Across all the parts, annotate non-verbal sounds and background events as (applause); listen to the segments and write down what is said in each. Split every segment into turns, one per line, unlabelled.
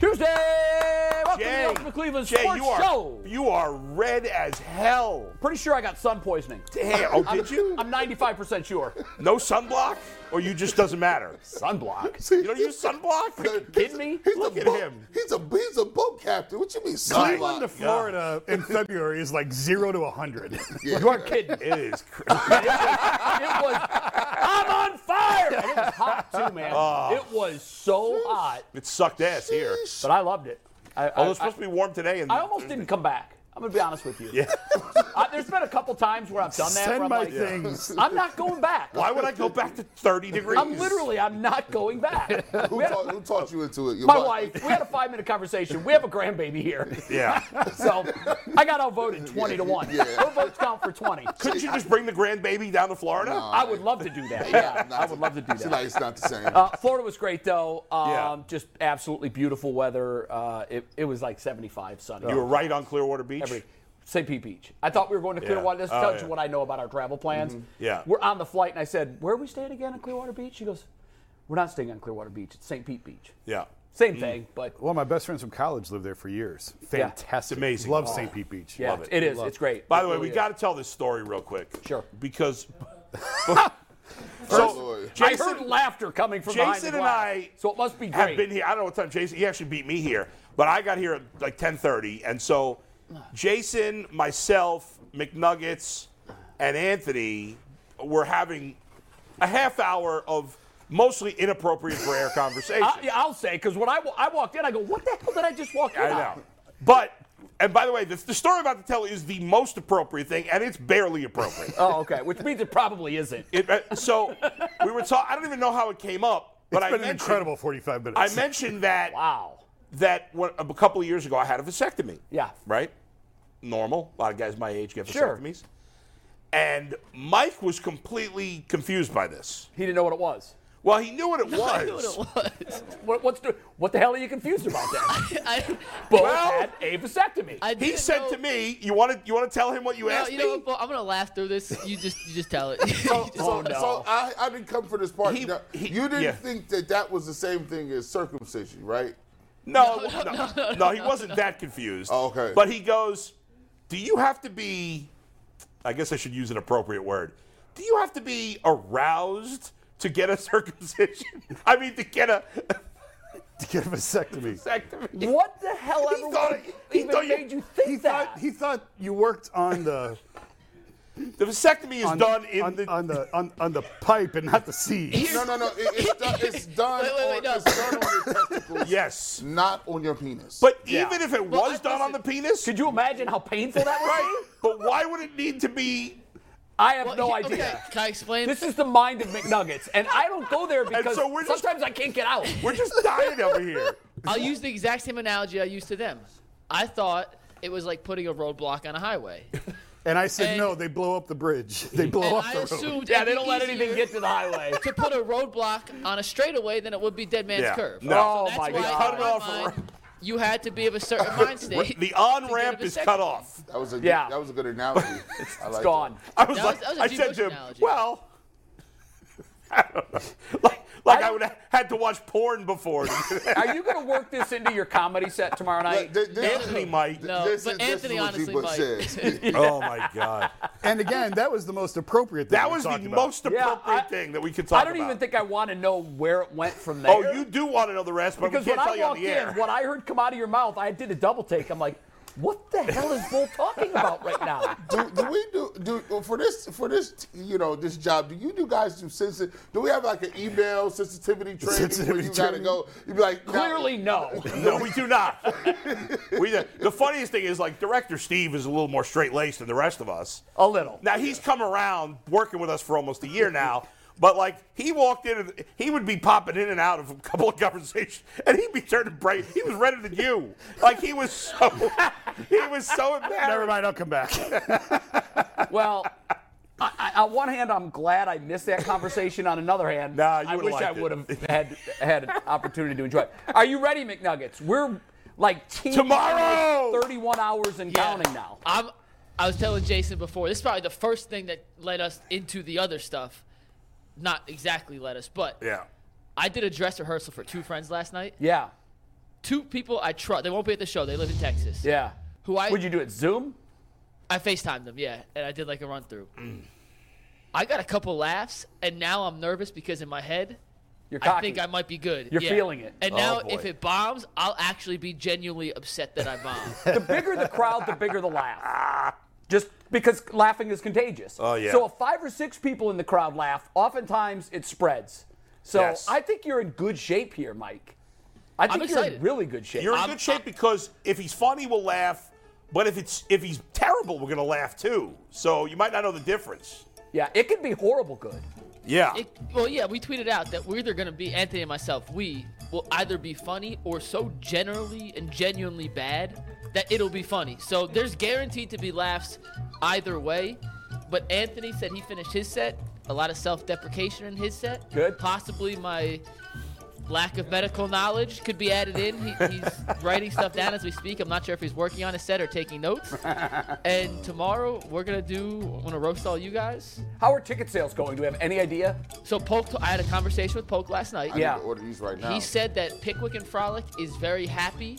Tuesday! Welcome
Jay,
to the Ultimate Cleveland
Jay,
Sports
you are
Show.
you are red as hell.
Pretty sure I got sun poisoning.
Damn,
(laughs)
oh,
I'm-
did you?
I'm 95% sure.
No sunblock, or you just
(laughs)
doesn't matter.
Sunblock.
(laughs) You don't use sunblock?
Kidding me?
He's
Look
a
at
boat,
him.
He's a he's a boat captain. What you mean?
Cleveland
Cleveland
to Florida (laughs) in February is like zero to 100.
(laughs)
You are kidding. It
It is. (laughs) cr-
was. I'm on fire. And it was hot too, man. It was so hot,
It sucked ass here.
but I loved it. I,
Although
I,
it's supposed to be warm today, and
I almost didn't come back. I'm gonna be honest with you. Yeah. there's been a couple times where I've done that.
Send
where I'm
my (laughs)
like,
things.
I'm not going back.
Why would I go back to
(laughs)
30 degrees?
I'm literally, I'm not going back.
(laughs) Who,
We had a-
taught, who taught you into it? Your
my wife. We had a five minute conversation. We have a grandbaby here.
Yeah.
So I got outvoted 20 to 1.
(laughs) Yeah.
Her votes count for 20.
Couldn't you just bring the grandbaby down to Florida?
I would love to do that.
(laughs)
Yeah, I would love to do
She's
that.
like, it's not the same.
Uh,
(laughs)
Florida was great, though. Um,
Yeah.
Just absolutely beautiful weather. Uh, it, it was like 75 sunny.
You were right on Clearwater Beach.
Every, St. Pete Beach. I thought we were going to Clearwater. This
Oh,
tells
yeah. Mm-hmm.
you what I know about our travel plans.
Yeah.
We're on the flight, and I said, Where are we staying again on Clearwater Beach? She goes, We're not staying on Clearwater Beach. It's St. Pete Beach.
yeah.
Same
Mm.
thing, but
One of my best friends from college lived there for years.
Yeah.
Fantastic.
It's amazing.
Love
Oh.
St. Pete Beach.
yeah,
Love it.
it is.
Love
It's great.
By
It
the way,
really
we
is.
got to tell this story real quick.
Sure.
Because
First,
so,
Lord.
Jason,
I heard laughter coming from behind the
Jason and
glass.
I
so it must be
have
great.
been here. I don't know what time Jason. He actually beat me here, but I got here at like 10:30, and so Jason, myself, McNuggets, and Anthony were having a half hour of mostly inappropriate for air conversation.
I, yeah, I'll say because when I, wa- I walked in, I go, "What the hell did I just walk in?"
I
on?"
know, but. And by the way, the, the story I'm about to tell is the most appropriate thing, and it's barely appropriate.
Oh, okay. Which means it probably isn't.
It- uh, so we were talking. I don't even know how it came up, but
It's
I
been an
mentioned-
incredible 45 minutes.
I mentioned that
Wow.
that when, a couple of years ago I had a vasectomy.
Yeah.
Right? Normal. A lot of guys my age get
Sure.
vasectomies. And Mike was completely confused by this.
He didn't know what it was.
Well, he knew (laughs) what it was.
What, what's the, what the hell are you confused about?
(laughs)
That
(laughs) I,
both
Well-
had a vasectomy.
I
He
didn't
said
know-
to me, "You want to you want to tell him what you
No,
asked
you know
me?"
what? Bo, I'm gonna laugh through this. You just, you just tell it.
oh no.
So I, I didn't come for this part.
He-
Now,
he-
you didn't
yeah.
think that that was the same thing as circumcision, right?
No, no, no, he wasn't that confused.
Oh, okay.
But he goes, "Do you have to be I guess I should use an appropriate word. Do you have to be aroused to get a (laughs) circumcision? I mean, to get a (laughs)
to (laughs) get a vasectomy.
vasectomy."
what the hell
He
ever
thought-
would-
he
even
thought you-
made you, think
He
that?
thought, he thought you worked on the
The vasectomy is
on,
done in
on,
the
on the on, on the pipe and not the seed.
No, no, no. It, it's, done,
(laughs)
it's done
Wait, wait, wait,
on,
no.
it's done on your testicles,
Yes.
not on your penis.
But
Yeah.
even if it
Well,
was
I-
done on the penis,
Could you imagine how painful that would
right?
be?
But why would it need to be?
I have
Well,
no
he-
idea.
(laughs) Okay, can I explain?
This is the mind of McNuggets, and I don't go
(laughs)
there because
so we're just-
sometimes I can't
(laughs)
get out.
We're just dying over
(laughs)
here.
I'll use the exact same analogy I used to them. I thought it was like putting a roadblock on a highway.
And I said,
And-
no, they blow up the bridge. (laughs) They blow
And
up
I
Oh, the road.
assumed
Yeah,
it'd
they
be
don't let anything
easier
get to
(laughs)
the highway.
to put a roadblock on a straightaway than it would be dead man's
Yeah.
curve.
No.
Oh,
That's
my God.
why in
Cut it
my
off a
mind,
ro-
you had to be of a certain mind state.
The
to
on
get a
ramp is
vasectomy.
cut off.
that was a
Yeah.
that was
(laughs)
a good analogy. I like
It's gone.
I was
That was-
like,
that was a
I
G.
said
Bush
to him,
analogy.
well, (laughs) I don't know. like, like
I-
I, would have had to watch porn before.
(laughs)
Are you going to work this into your comedy set tomorrow night?
Look, th- this-
Anthony might.
No,
this
but
is- this
Anthony
is what
honestly
G-Bush
might. (laughs)
said.
Oh my god,
And again, that was the most appropriate thing
that
we
was the
talked about.
most
Yeah,
appropriate
I-
thing that we could talk
I
about.
don't even think I want to know where it went from there.
Oh, you do want to know the rest, but
because
we
when
can't
I
tell you on
walked
the air.
in, what I heard come out of your mouth, I did a double take. I'm like, What the hell is Bull talking about right
(laughs)
now?
do, do we do do well, for this for this you know this job? Do you do guys do sensitive? Do we have like an email sensitivity training where
Sensitivity
you
training?
gotta go? You be like now-
Clearly, no.
No, we do not. (laughs) we the funniest thing is like director Steve is a little more straight laced than the rest of us.
A little.
Now he's come around working with us for almost a year now. But like he walked in, and he would be popping in and out of a couple of conversations, and he'd be turning bright. He was redder than you. Like he was so, (laughs) he was so embarrassed.
Never mind, I'll come back.
(laughs) Well, I, I, on one hand, I'm glad I missed that conversation. On another hand,
Nah, you
I
would've
wish I
liked it.
would have
(laughs)
had had an opportunity to enjoy. it. Are you ready, McNuggets? We're like team
Tomorrow!
31 hours and counting now.
I'm, I was telling Jason before, this is probably the first thing that led us into the other stuff. Not exactly led us, but
(laughs) Yeah.
I did a dress rehearsal for two friends last night.
Yeah,
Two people I trust. They won't be at the show. They live in Texas.
yeah.
Who I
Would you do it Zoom?
I FaceTimed them, yeah, and I did like a run through.
Mm.
I got a couple laughs, and now I'm nervous because in my head,
You're cocky.
I think I might be good.
You're
yeah.
feeling it.
And
Oh,
now,
boy.
if it bombs, I'll actually be genuinely upset that I bombed.
the bigger the crowd, the bigger the laugh. Just because laughing is contagious.
Oh, yeah.
So if five or six people in the crowd laugh, oftentimes it spreads. So
Yes.
I think you're in good shape here, Mike. I think you're in
excited.
really good shape.
You're in
I'm-
good shape because if he's funny, we'll laugh. But if it's if he's terrible, we're gonna laugh too. So you might not know the difference.
yeah, it can be horrible good.
Yeah.
It, well, yeah, we tweeted out that we're either going to be Anthony and myself. We will either be funny or so generally and genuinely bad that it'll be funny. So there's guaranteed to be laughs either way. But Anthony said he finished his set. A lot of self-deprecation in his set.
Good.
Possibly my lack of medical knowledge could be added in. He, he's writing stuff down as we speak. I'm not sure if he's working on a set or taking notes. And tomorrow we're gonna do. I'm gonna roast all you guys.
How are ticket sales going? Do we have any idea?
So Polk, I had a conversation with Polk last night.
I
Yeah.
need to order these right now.
He said that Pickwick and Frolic is very happy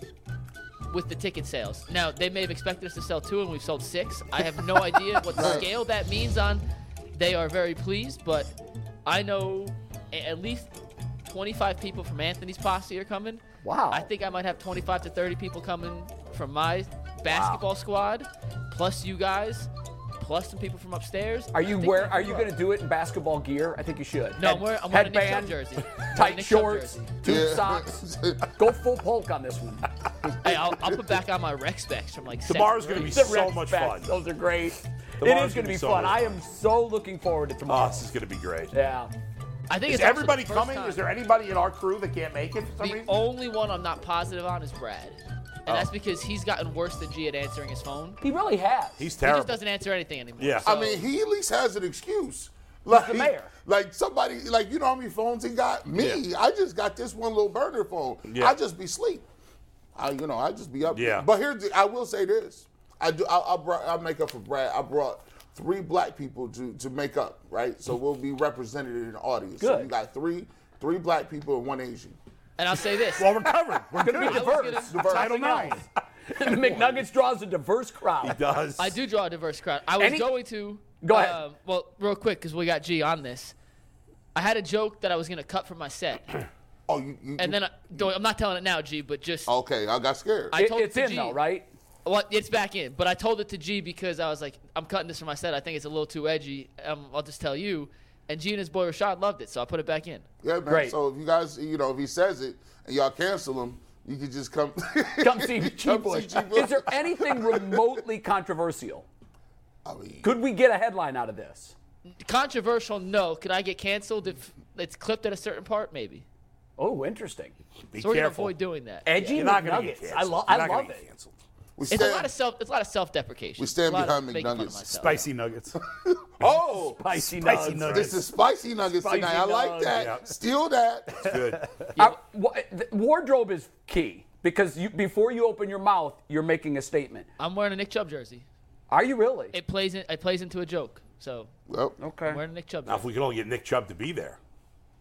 with the ticket sales. Now they may have expected us to sell two, and we've sold six. I
(laughs)
have no idea what
Right.
scale that means on. They are very pleased, but I know a- at least 25 people from Anthony's posse are coming.
Wow.
I think I might have 25 to 30 people coming from my basketball squad, plus you guys, plus some people from upstairs.
Are
I
you
think
where?
that-
Are you going to do it in basketball gear? I think you should.
No,
Head-
I'm wearing, I'm wearing a Nick Chubb
headband,
jersey. I'm wearing a
tight
Nick Chubb
shorts,
jersey.
tube
(laughs)
Yeah.
socks. Go full polk on this one.
Hey, I'll, I'll put back on my rec specs from like second
Tomorrow's gonna
grade.
be
The
so
Rex
much fun.
Facts, Those are great. it
Tomorrow's
is going
gonna
to
be
be
so
fun.
much
I
fun.
am so looking forward to
Oh,
tomorrow.
this is gonna be great.
yeah.
I think
Is
it's also the
everybody
first
coming?
time-
Is there anybody in our crew that can't make it for some
the
reason?
only one I'm not positive on is Brad, and that's because he's gotten worse than G at answering his phone.
He really has.
He's
He
terrible.
just doesn't answer anything anymore.
Yeah.
so-
I mean, he at least has an excuse. Like
the mayor.
Like somebody, like you know how many phones he got? Me,
Yeah.
I just got this one little burner phone.
Yeah.
I just be sleep. I, you know, I just be up.
Yeah.
But here's, the, I will say this. I do. I, I brought. I make up for Brad. I brought three black people to to make up. Right. So we'll be represented in the audience. So
Good.
you got three three black people and one Asian.
and I'll say this.
well, we're covered. We're
(laughs)
going to
I
be
was
diverse.
gonna- Diverse.
Title
Something
IX.
(laughs)
else.
McNuggets draws a diverse crowd.
does.
I do draw a diverse crowd. I was
Any-
going to.
Go ahead.
um, well, real quick, because we got G on this. I had a joke that I was gonna cut from my set,
Oh, you. you
and then I, don't- I'm not telling it now, G, but just
okay, I got scared.
I
It-
told
it's
it to
in
G.
(laughs)
though, right?
Well, it's back in, but I told it to G because I was like, I'm cutting this from my set. I think it's a little too edgy. Um, I'll just tell you. And G and his boy Rashad loved it, so I put it back in.
yeah, man.
Great.
So if you guys, you know, if he says it and y'all cancel him, you could just come.
Come
(laughs)
see G
Come
Bush.
see G. Bush.
Is there anything remotely controversial?
I mean,
Could we get a headline out of this?
Controversial, no. Could I get canceled if it's clipped at a certain part? Maybe.
Oh, interesting.
Be
So
careful.
we're gonna avoid doing that.
Edgy
You're not gonna get
McNuggets. I,
canceled.
lo-
You're
I
not gonna
love
get
it.
canceled.
we
It's a
stand-
lot of self. It's a lot of self-deprecation.
We stand
It's a lot of
behind
making fun of
McNuggets.
myself.
Spicy
(laughs)
nuggets.
Oh,
Spicy
Spicy, nuggets.
nuggets.
This is spicy nuggets
Spicy
tonight. I like
nuggets.
that.
Yep.
Steal that.
Good.
I- wa- the wardrobe is key because you, before you open your mouth, you're making a statement.
I'm wearing a Nick Chubb jersey.
Are you really?
It plays. In, it plays into a joke. So
Well,
I'm wearing a Nick Chubb.
Now, if
jersey.
we could only get Nick Chubb to be there.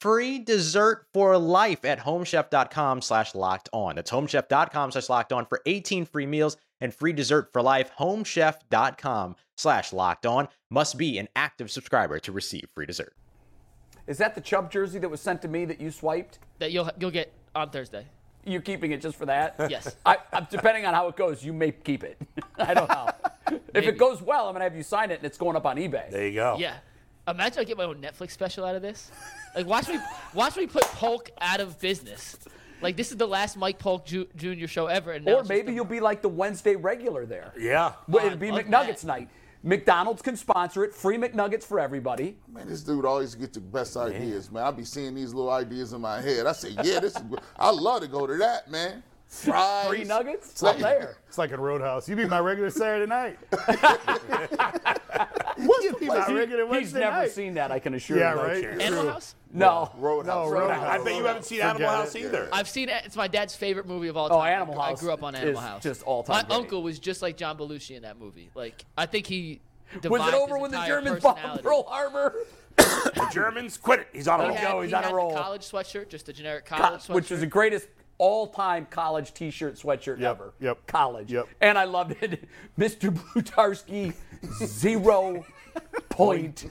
free dessert for life at homechef.com slash locked on. That's homechef.com slash locked on for 18 free meals and free dessert for life. Homechef.com slash locked on must be an active subscriber to receive free dessert.
Is that the Chubb jersey that was sent to me that you swiped?
that you'll you'll get on Thursday.
You're keeping it just for that?
(laughs) Yes.
I, I'm, depending on how it goes, you may keep it. (laughs) I don't know. if
Maybe.
it goes well, I'm gonna have you sign it, and it's going up on eBay.
There you go.
Yeah. Imagine I get my own Netflix special out of this. Like watch me watch me put Polk out of business. Like this is the last Mike Polk Ju- Jr. show ever, and now
or
it's just
maybe
the-
you'll be like the Wednesday regular there.
Yeah.
Well,
Oh,
it'd be
I love
McNuggets
that.
night. McDonald's can sponsor it. Free McNuggets for everybody.
Man, this dude always get the best ideas, man. I be seeing these little ideas in my head. I say, yeah, this is good. I love to go to that, man. Fries.
Free nuggets?
like-
Up there.
It's like a roadhouse. You be my regular Saturday
(laughs)
night.
What's the place?
My regular
He's
Wednesday
never
night.
seen that, I can assure
Yeah,
you. no
right.
chance.
Animal House.
No.
Roadhouse.
No,
I
Roadhouse.
bet you haven't seen Animal
Forget
House
it.
either.
I've seen it. It's my dad's favorite movie of all time.
Oh, Animal
I grew-
House
I grew up on Animal
is
House.
just all-time
My
great.
uncle was just like John Belushi in that movie. Like I think he
Was
devised
it over
his
when the
entire
Germans bombed
personality.
Pearl Harbor?
The Germans quit it. He's on a
He
roll.
had,
go, Oh, he's
he
on a
had the
roll.
college sweatshirt, just a generic college sweatshirt.
which was the greatest all-time college T-shirt sweatshirt ever.
yep,
College.
yep.
And I loved it, (laughs) Mr. Blutarsky,
(laughs)
zero point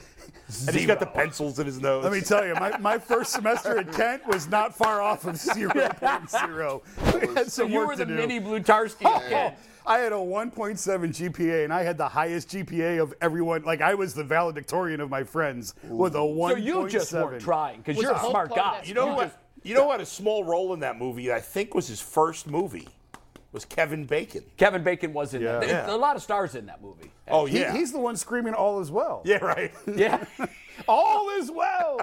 And he's got the pencils in his nose.
Let me tell you, my, my first semester at Kent was not far off of (laughs)
(laughs)
0.0. We had
So
some
you
work
were
to
the
do.
mini Blutarsky again.
Oh, I had a 1.7 GPA, and I had the highest GPA of everyone. Like I was the valedictorian of my friends with a 1.7.
oh, So you just weren't trying because
Was
you're a
the whole
smart
part of
guy.
that
You know what? You know what? A small role in that movie. I think was his first movie. Was Kevin Bacon?
Kevin Bacon was in that.
Yeah.
There's A lot of stars in that movie.
Oh
He-
yeah.
he's the one screaming all is well.
yeah right.
(laughs) Yeah.
All is well.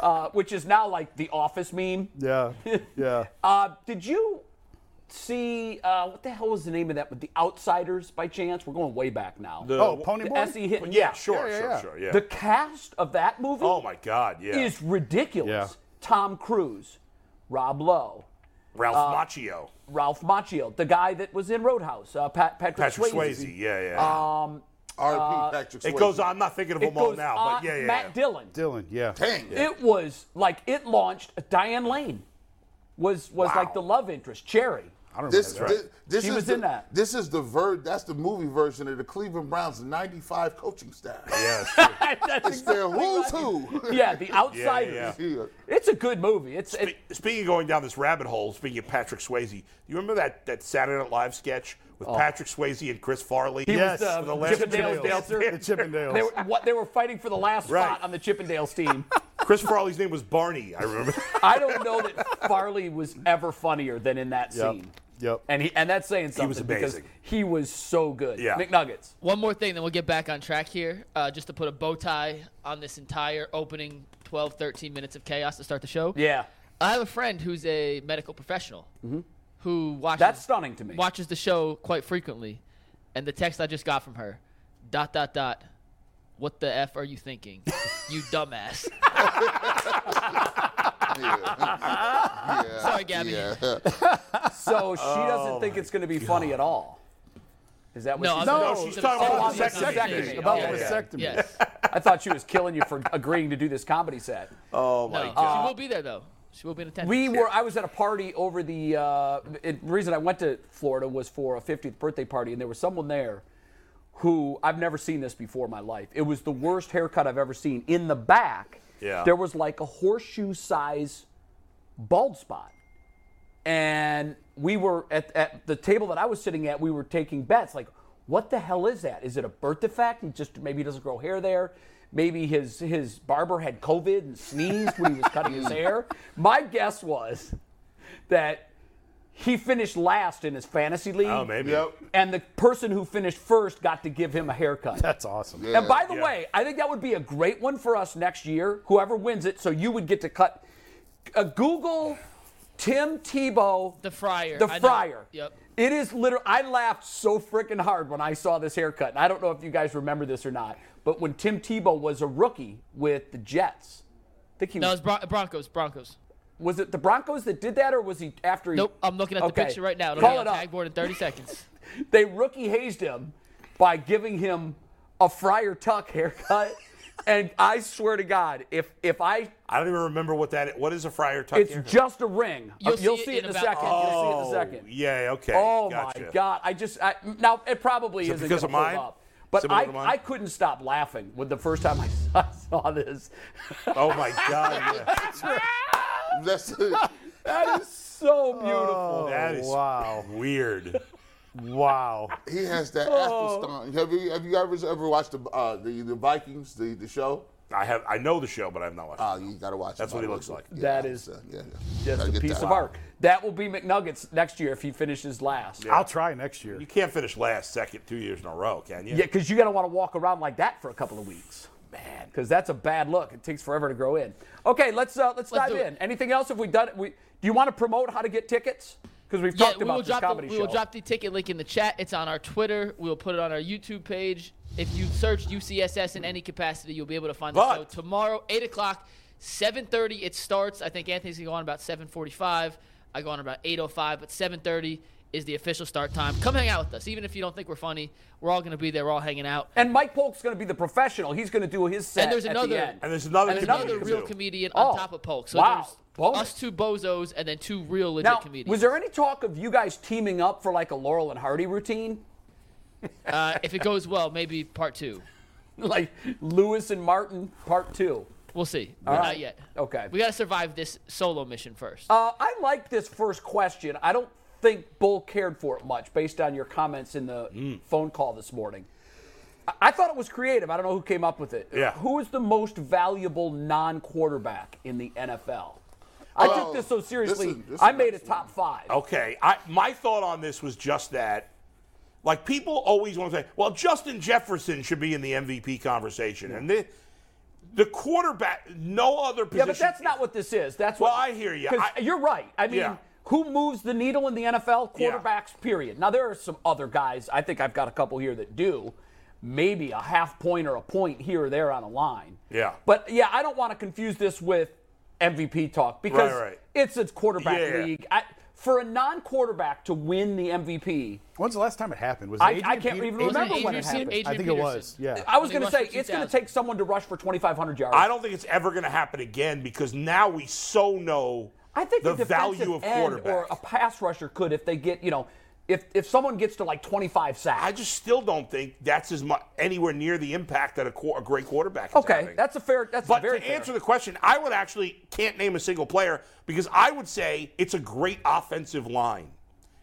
Uh, which is now like the office meme.
(laughs) yeah.
(laughs)
Yeah.
Uh, did you see uh, what the hell was the name of that? With the Outsiders by chance? We're going way back now.
The-
Oh, Pony Boy.
S.E. Hinton.
Yeah, sure,
Yeah, yeah,
sure,
yeah.
sure. Yeah.
The cast of that movie
oh my God. Yeah.
is ridiculous.
Yeah.
Tom Cruise, Rob Lowe,
Ralph Macchio.
Ralph Macchio, the guy that was in Roadhouse, uh, Pat, Patrick,
Patrick
Swayze.
Swayze. Yeah, yeah.
RP Patrick Swayze.
it goes on. I'm not thinking of
It
them all
goes
now,
on,
but yeah, yeah.
Matt
yeah.
Dillon.
Dylan.
(laughs)
Yeah.
Dang.
It was like it launched. Diane Lane was was
Wow.
like the love interest, Cherry.
I don't
This,
remember. that.
this, this
She
is
was
the,
in that.
This is the ver- That's the movie version of the Cleveland Browns '95 coaching staff.
Yeah, that's true.
That's
It's their who's
right.
who.
(laughs) Yeah, The Outsiders.
yeah.
Yeah.
It's a good movie. It's it,
Speaking of going down this rabbit hole, speaking of Patrick Swayze, do you remember that, that Saturday Night Live sketch with Patrick Swayze and Chris Farley?
Oh. He
Yes,
was the,
with the
Chip
last
and Dale's
Chippendales.
dancer.
The Chippendales.
They were, what, they were fighting for the last
Right.
spot on the Chippendales team.
(laughs) Chris Farley's name was Barney. I remember.
I don't know that Farley was ever funnier than in that
Yep.
scene.
Yep.
And he and that's saying something
was
because
amazing.
he was so good.
Yeah.
McNuggets.
One more thing, then we'll get back on track here. Uh, just to put a bow tie on this entire opening 12, 13 minutes of chaos to start the show.
Yeah. Mm-hmm.
I have a friend who's a medical professional who watches
That's stunning to me.
watches the show quite frequently, and the text I just got from her, dot dot dot, what the f are you thinking,
(laughs)
you dumbass?
Yeah.
Sorry, Gabby.
Yeah.
So she doesn't think it's going to be funny at all. Is that what
No,
she
I'm
said?
No,
talking
she's talking about
about the
vasectomy.
vasectomy.
About
Yeah,
the
yeah.
vasectomy.
Yes.
I thought she was killing you for agreeing to do this comedy set.
Oh my She will be there though. She will be in attendance.
We were. I was at a party over the. Uh, it, the reason I went to Florida was for a 50th birthday party, and there was someone there who I've never seen this before in my life. It was the worst haircut I've ever seen. In the back,
Yeah.
there was like a horseshoe size bald spot, and we were at, at the table that I was sitting at. We were taking bets, like, what the hell is that? Is it a birth defect? He just maybe he doesn't grow hair there. Maybe his his barber had
(laughs)
COVID and sneezed when he was cutting his hair. My guess was that He finished last in his fantasy league.
Oh, maybe.
Yep.
And the person who finished first got to give him a haircut.
That's awesome.
And by the
Yeah.
way, I think that would be a great one for us next year. Whoever wins it, so you would get to cut. Uh, Google Tim Tebow.
The fryer.
The
I know.
fryer.
Yep.
It is literally. I laughed so freaking hard when I saw this haircut, and I don't know if you guys remember this or not. But when Tim Tebow was a rookie with the Jets, I think he
No,
was.
it's Bron- Broncos. Broncos.
Was it the Broncos that did that, or was he after? He,
Nope. I'm looking at the
Okay.
picture right now. It'll
Call
be
it
on
up.
tag board in 30
(laughs)
seconds.
They rookie hazed him by giving him a Friar Tuck haircut, and I swear to God, if if I
I don't even remember what that. What is a fryer tuck?
It's
haircut?
just a ring. You'll,
You'll
You'll see,
see it
it in a
in about-
second. You'll see it in a second.
Yeah. Okay.
Oh
gotcha.
my God! I just I, now it probably
Is it
isn't
because
going
of
to pull
mine?
up, but
Similar
I,
to mine?
I couldn't stop laughing when the first time I (laughs) saw, saw this.
Oh my God.
(laughs)
yeah.
That's (laughs) it.
that is so beautiful.
That is
Oh, Wow.
weird.
Wow.
He has that
Oh.
Athelstan. Have you have you guys ever watched the uh, the, the Vikings the, the show?
I have. I know the show, but I've not watched. it.
Uh, you gotta watch.
That's
it,
what he
by the
looks
way.
like.
Yeah,
That is
uh, yeah, yeah.
Just
Gotta
a
get
piece
that.
of art. That will be McNuggets next year if he finishes last.
I'll try next year.
You can't finish last, second, two years in a row, can you?
Yeah, because you're going to want to walk around like that for a couple of weeks. Man. Because that's a bad look. It takes forever to grow in. Okay, let's uh, let's, dive
Let's do it.
in. Anything else? Have we done it? We, do you want to promote how to get tickets? Because we've
yeah,
talked
we
about
will,
this
drop the,
comedy
we
show.
will drop the ticket link in the chat. It's on our Twitter. We'll put it on our YouTube page. If you search UCSS in any capacity, you'll be able to find the
But-
show tomorrow, 8 o'clock, 7.30 it starts. I think Anthony's going to go on about 7.45. I go on about 8.05, but 7.30 is the official start time. Come hang out with us. Even if you don't think we're funny, we're all going to be there. We're all hanging out.
and Mike Polk's going to be the professional. He's going to do his set
And there's
at
another-
the end.
And there's another.
And
comedian
Another
too.
real comedian
Oh,
on top of Polk. So
wow.
there's
Bonus.
us two bozos and then two real legit
now,
comedians.
was there any talk of you guys teaming up for like a Laurel and Hardy routine? (laughs)
uh, if it goes well, maybe part two.
like Lewis and Martin, part two.
We'll see. We're
right.
Not yet.
Okay.
We got to survive this solo mission first.
Uh, I like this first question. I don't think Bull cared for it much based on your comments in the phone call this morning. I-, I thought it was creative. I don't know who came up with it.
Yeah.
Who is the most valuable non quarterback in the NFL? I
Oh,
took this so seriously,
this is- this is
I made a
excellent.
top five.
Okay, I, my thought on this was just that. Like people always want to say, well, Justin Jefferson should be in the MVP conversation, and the the quarterback, no other
Yeah,
position.
but that's not what this is. That's
Well,
what,
I hear you.
'cause
I-
you're right. I mean,
Yeah.
who moves the needle in the NFL?
Yeah.
Quarterbacks, period. Now there are some other guys. I think I've got a couple here that do. Maybe a half point or a point here or there on a line.
Yeah.
But yeah, I don't want to confuse this with MVP talk because
right.
it's a quarterback
Yeah, yeah.
league. I, for a non-quarterback to win the MVP,
When's the last time it happened? Was it
I-
Adrian
I can't
Peter-
even
Wasn't
remember
it
when it
Adrian
happened.
Peterson?
I think it
Adrian
was.
Peterson.
Yeah.
I was
They
going to
rushed
say
for
it's going to
2,000.
take someone to rush for 2,500 yards.
I don't think it's ever going to happen again because now we so know
I think
the
a defensive
value of
end or
quarterback.
a pass rusher could if they get you know if if someone gets to like 25 sacks.
I just still don't think that's as much anywhere near the impact that a, qu- a great quarterback is
okay,
having.
that's a fair. That's
But
very
to
fair.
answer the question, I would actually can't name a single player because I would say it's a great offensive line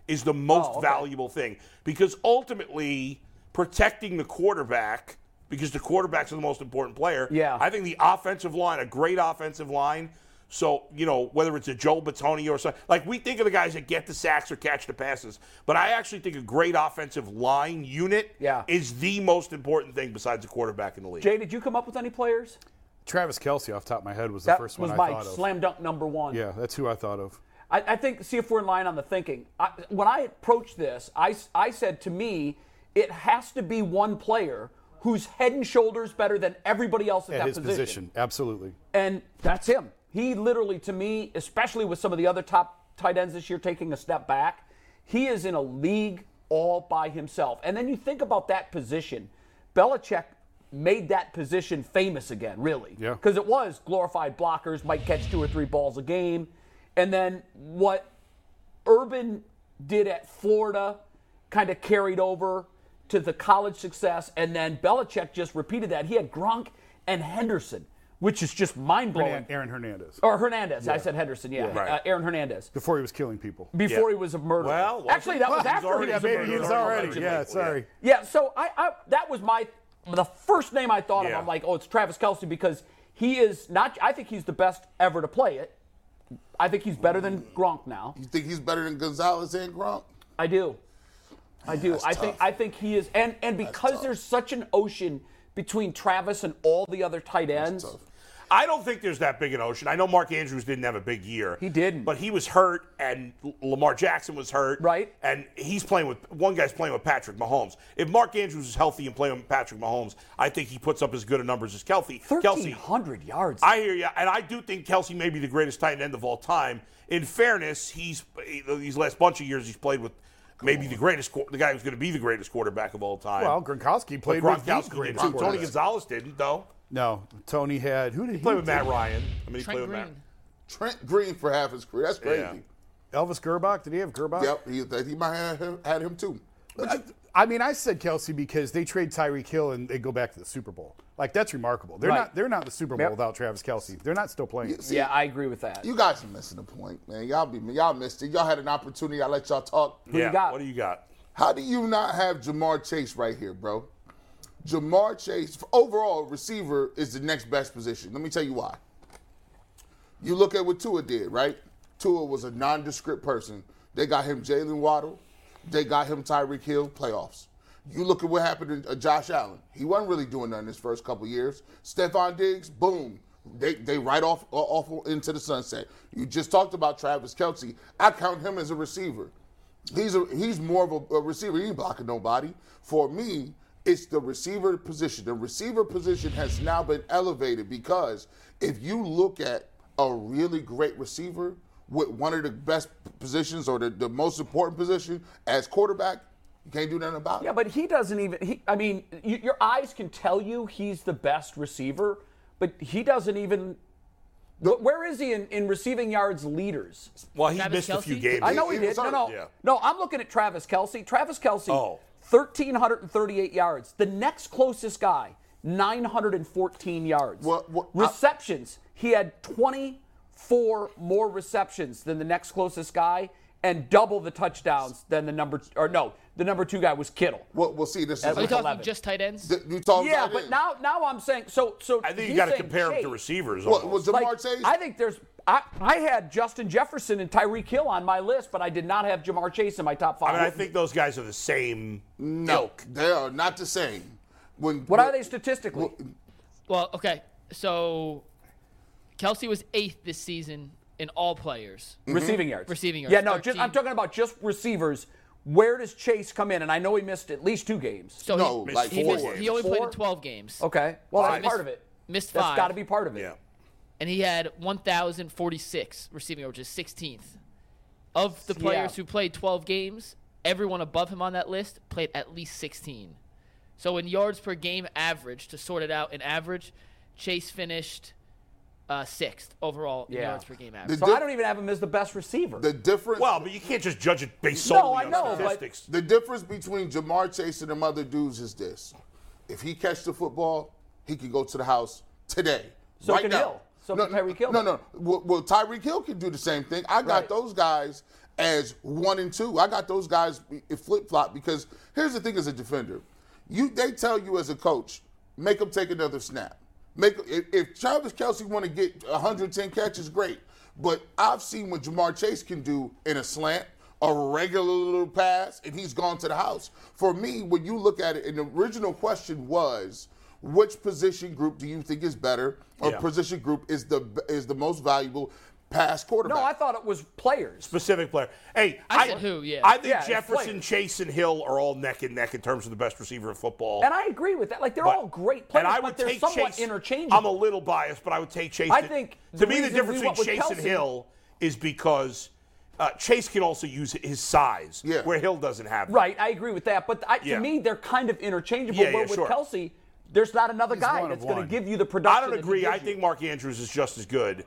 is the most
Oh, okay.
valuable thing because ultimately protecting the quarterback because the quarterbacks are the most important player.
Yeah.
I think the offensive line, a great offensive line. So you know whether it's a Joe Batonio or something like we think of the guys that get the sacks or catch the passes, but I actually think a great offensive line unit
Yeah.
is the most important thing besides the quarterback in the league.
Jay, did you come up with any players?
Travis Kelsey off the top of my head was the
That
first
was
one I
my
thought of.
slam dunk number one.
Yeah, that's who I thought of.
I, I think. See if we're in line on the thinking. I, when I approached this, I s- I said to me, it has to be one player who's head and shoulders better than everybody else at,
At
that
his position. Absolutely.
and that's him. He literally, to me, especially with some of the other top tight ends this year taking a step back, he is in a league all by himself. And then you think about that position. Belichick made that position famous again, really.
Yeah.
Because it was glorified blockers, might catch two or three balls a game. And then what Urban did at Florida kind of carried over to the college success, and then Belichick just repeated that. He had Gronk and Henderson, which is just mind blowing.
Hernan- Aaron Hernandez.
Or Hernandez. I said Henderson. Yeah,
Right.
uh, Aaron Hernandez.
Before he was killing people.
Before he was a murderer.
Well, wasn't
actually, that
he?
was
Well,
after
already
he
Yeah,
was a
a
maybe
murderer.
he was
murderer,
already.
allegedly.
Yeah,
Yeah.
sorry.
Yeah, so I, I that was my the first name I thought
Yeah.
of. I'm like, oh, it's Travis Kelsey because he is not. I think he's the best ever to play it. I think he's better than Gronk now.
You think he's better than Gonzalez and Gronk?
I do. I do.
that's
I think
tough.
I think he is and and because there's such an ocean between Travis and all the other tight ends.
tough.
I don't think there's that big an ocean. I know Mark Andrews didn't have a big year.
He didn't.
But he was hurt, and L- Lamar Jackson was hurt.
Right.
And he's playing with one guy's playing with Patrick Mahomes. If Mark Andrews is healthy and playing with Patrick Mahomes, I think he puts up as good a numbers as Kelsey. Kelsey,
1300 yards.
I hear you, and I do think Kelsey may be the greatest tight end of all time. In fairness, he's these last bunch of years he's played with maybe the greatest, qu- the guy who's going to be the greatest quarterback of all time.
Well, Gronkowski
But
played with the
Gronkowski did
greatest
too. Tony
quarterback.
Gonzalez didn't though.
No, Tony had who did he
He played with
do?
Matt Ryan. I mean, he
Trent
played with Matt.
Green.
Trent Green for half his career. That's crazy.
Yeah.
Elvis Gerbach. Did he have Gerbach?
Yep, he, that- he might have him, had him too.
I, I mean, I said Kelsey because they trade Tyreek Hill and they go back to the Super Bowl. Like that's remarkable. They're
Right.
not. They're not in the Super Bowl
Yep.
without Travis Kelsey. They're not still playing.
See,
yeah, I agree with that.
you guys are missing the point, man. Y'all be y'all missed it. Y'all had an opportunity. I let y'all talk.
yeah.
got?
What do you got?
How do you not have Jamar Chase right here, bro? Jamar Chase, overall, receiver is the next best position. Let me tell you why. You look at what Tua did, right? Tua was a nondescript person. They got him Jalen Waddle. They got him Tyreek Hill, playoffs. You look at what happened to uh, Josh Allen. He wasn't really doing nothing his first couple years. Stephon Diggs, boom. They, they right off, uh, off into the sunset. You just talked about Travis Kelsey. I count him as a receiver. He's a, he's more of a, a receiver. He ain't blocking nobody. For me, it's the receiver position. The receiver position has now been elevated because if you look at a really great receiver with one of the best positions or the, the most important position as quarterback, you can't do nothing about
Yeah,
it.
but he doesn't even. He, I mean, y your eyes can tell you he's the best receiver, but he doesn't even. wh- Where is he in, in receiving yards leaders?
Well, he missed
Travis
a few
Kelce?
games.
I know he,
he
did.
was
No,
hurt,
no,
yeah.
no. I'm looking at Travis Kelsey. Travis Kelsey,
Oh.
1,338 yards. The next closest guy, 914 yards.
Well, well, I-
receptions. he had 24 more receptions than the next closest guy, and double the touchdowns than the number or no, the number two guy was Kittle.
Well, we'll see. This is
Are we
Like
talking
11.
just tight ends?
Th- you talking
Yeah,
tight
but
end.
now now I'm saying so so.
I think you
he's
got to
saying
compare him to
Chase.
receivers.
What,
almost.
was Jamar
Like,
Chase?
I think there's. I, I had Justin Jefferson and Tyreek Hill on my list, but I did not have Jamar Chase in my top five.
I mean, I think those guys are the same ilk.
they are not the same. When
what are they statistically?
mm-hmm.
Well, okay. So Kelsey was eighth this season in all players.
Receiving yards.
Receiving yards,
Yeah, no, just, I'm
13.
talking about just receivers. Where does Chase come in? And I know he missed at least two games.
So
No,
he,
like
he,
four
missed,
games.
he only played
Four?
in 12 games.
Okay. Well, that's
Missed-
part of it.
Missed
That's
five.
got to be part of it.
Yeah.
and he had 1,046 receiving yards, which is 16th. Of the players
Yeah.
who played 12 games, everyone above him on that list played at least 16. So in yards per game average, to sort it out in average, Chase finished uh, sixth overall in
Yeah.
yards per game average.
So I don't even have him as the best receiver.
the difference?
Well, but you can't just judge it based
No,
solely
I
on
know, but-
statistics.
The difference between Jamar Chase and them other dudes is this: if he catch the football, he can go to the house today.
So
right
can
now.
Hill. So
no,
can Tyreek Hill.
No, no. Well, well, Tyreek Hill can do the same thing. I got
Right.
those guys as one and two. I got those guys flip flop because here's the thing: as a defender, you they tell you as a coach, make them take another snap. Make if, if Travis Kelsey want to get 110 catches, great. But I've seen what Jamar Chase can do in a slant, a regular little pass, and he's gone to the house. For me, when you look at it, and the original question was, which position group do you think is better, or
Yeah.
position group is the is the most valuable pass quarterback?
no, I thought it was players.
Specific player. Hey,
I said who, yeah.
I think
Yeah, it's
Jefferson,
players.
Chase, and Hill are all neck and neck in terms of the best receiver in football.
And I agree with that. Like, they're
But-
all great players,
and I
but
would
they're
take
somewhat
Chase,
interchangeable.
I'm a little biased, but I would take Chase.
I
to-
think
to
the
me the
reason we
difference between
went with
Chase and
Kelsey-
Hill is because uh, Chase can also use his size,
Yeah.
where Hill doesn't have. it.
Right, I agree with that. But I, to
Yeah.
me, they're kind of interchangeable.
Yeah, yeah,
where with
sure.
Kelsey, there's not another guy
one
that's
of
going to
one.
give you the
I
production.
don't
that he
agree.
gives
I
you.
think Mark Andrews is just as good.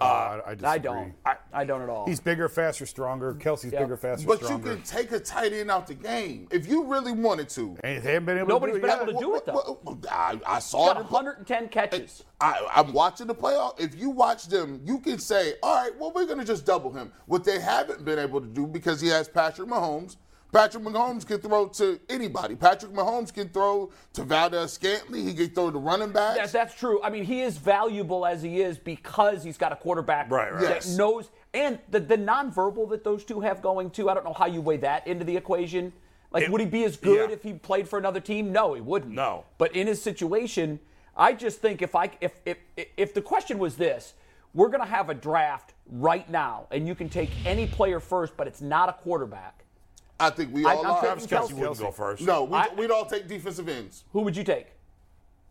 Uh, I, disagree.
I don't. I, don't at all.
He's bigger, faster, stronger. Kelsey's
Yeah.
bigger, faster,
but
stronger.
you can take a tight end out the game if you really wanted to.
And they haven't been able
Nobody's
to do
been
it
able
yet.
to do it, though.
Well, well, I, I saw
got
it. in-
110 catches.
I, I'm watching the playoff. If you watch them, you can say, all right, well, we're going to just double him. What they haven't been able to do because he has Patrick Mahomes, Patrick Mahomes can throw to anybody. Patrick Mahomes can throw to Valdez Scantley. He can throw to running backs.
That, that's true. I mean, he is valuable as he is because he's got a quarterback
Right, right.
Yes.
that knows and the the nonverbal that those two have going too. I don't know how you weigh that into the equation. Like,
It-
would he be as good
yeah.
if he played for another team? No, he wouldn't.
No.
But in his situation, I just think if I if if if the question was this, we're going to have a draft right now, and you can take any player first, but it's not a quarterback.
I think we
I-
all
I'm
are.
taking
Travis Kelsey
Kelce.
wouldn't go first.
No, we,
I-
we'd all take defensive ends.
Who would you take?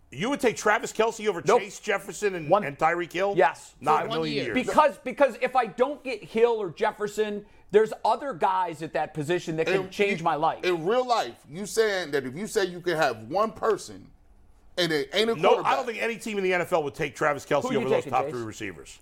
You would take Travis Kelsey over
Nope.
Chase Jefferson and,
One-
and Tyreek Hill?
Yes.
Not
For
a
one
million
year.
years.
Because because if I don't get Hill or Jefferson, there's other guys at that position that can
In-
change my life.
In real life, you saying that if you say you can have one person and it ain't a
no,
quarterback.
I don't think any team in the NFL would take Travis Kelsey
you
over those
taking,
top
Chase?
three receivers.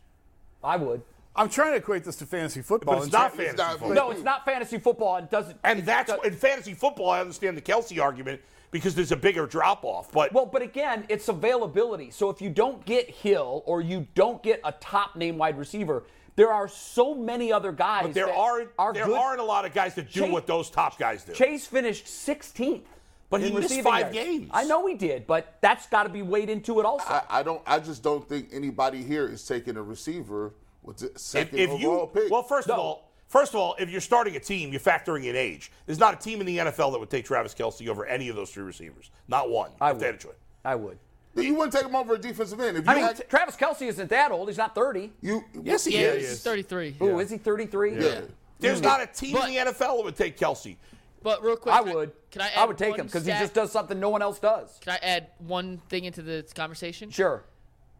I would.
I'm trying to equate this to fantasy football.
But it's
and
not
try-
fantasy
not-
football.
No, it's not fantasy football and doesn't.
And
it
that's
does-
in fantasy football. I understand the Kelsey argument because there's a bigger drop off. But
well, but again, it's availability. So if you don't get Hill or you don't get a top name wide receiver, there are so many other guys.
but there
that
aren't
are
there
good.
aren't a lot of guys that do
Chase-
what those top guys do.
Chase finished 16th.
But
in
he missed
receiving
five
yards.
games.
I know he did, but that's got to be weighed into it also.
I, I don't. I just don't think anybody here is taking a receiver with the
if,
second
if
overall
you
pick.
well, first of
No.
all, first of all, if you're starting a team, you're factoring in age. There's not a team in the NFL that would take Travis Kelsey over any of those three receivers. Not one.
I
if they
would.
had a choice.
I would.
Then you wouldn't take him over a defensive end. If you
I mean,
had-
T- Travis Kelsey isn't that old. He's not 30.
you
Yes, he
Yeah,
is.
he's 33.
Ooh, is he 33?
Yeah.
There's not a team
But-
in the NFL that would take Kelsey.
But real quick,
I
can
would.
Can I? Add
I would take
one
him because he
stat?
just does something no one else does.
Can I add one thing into this conversation?
Sure.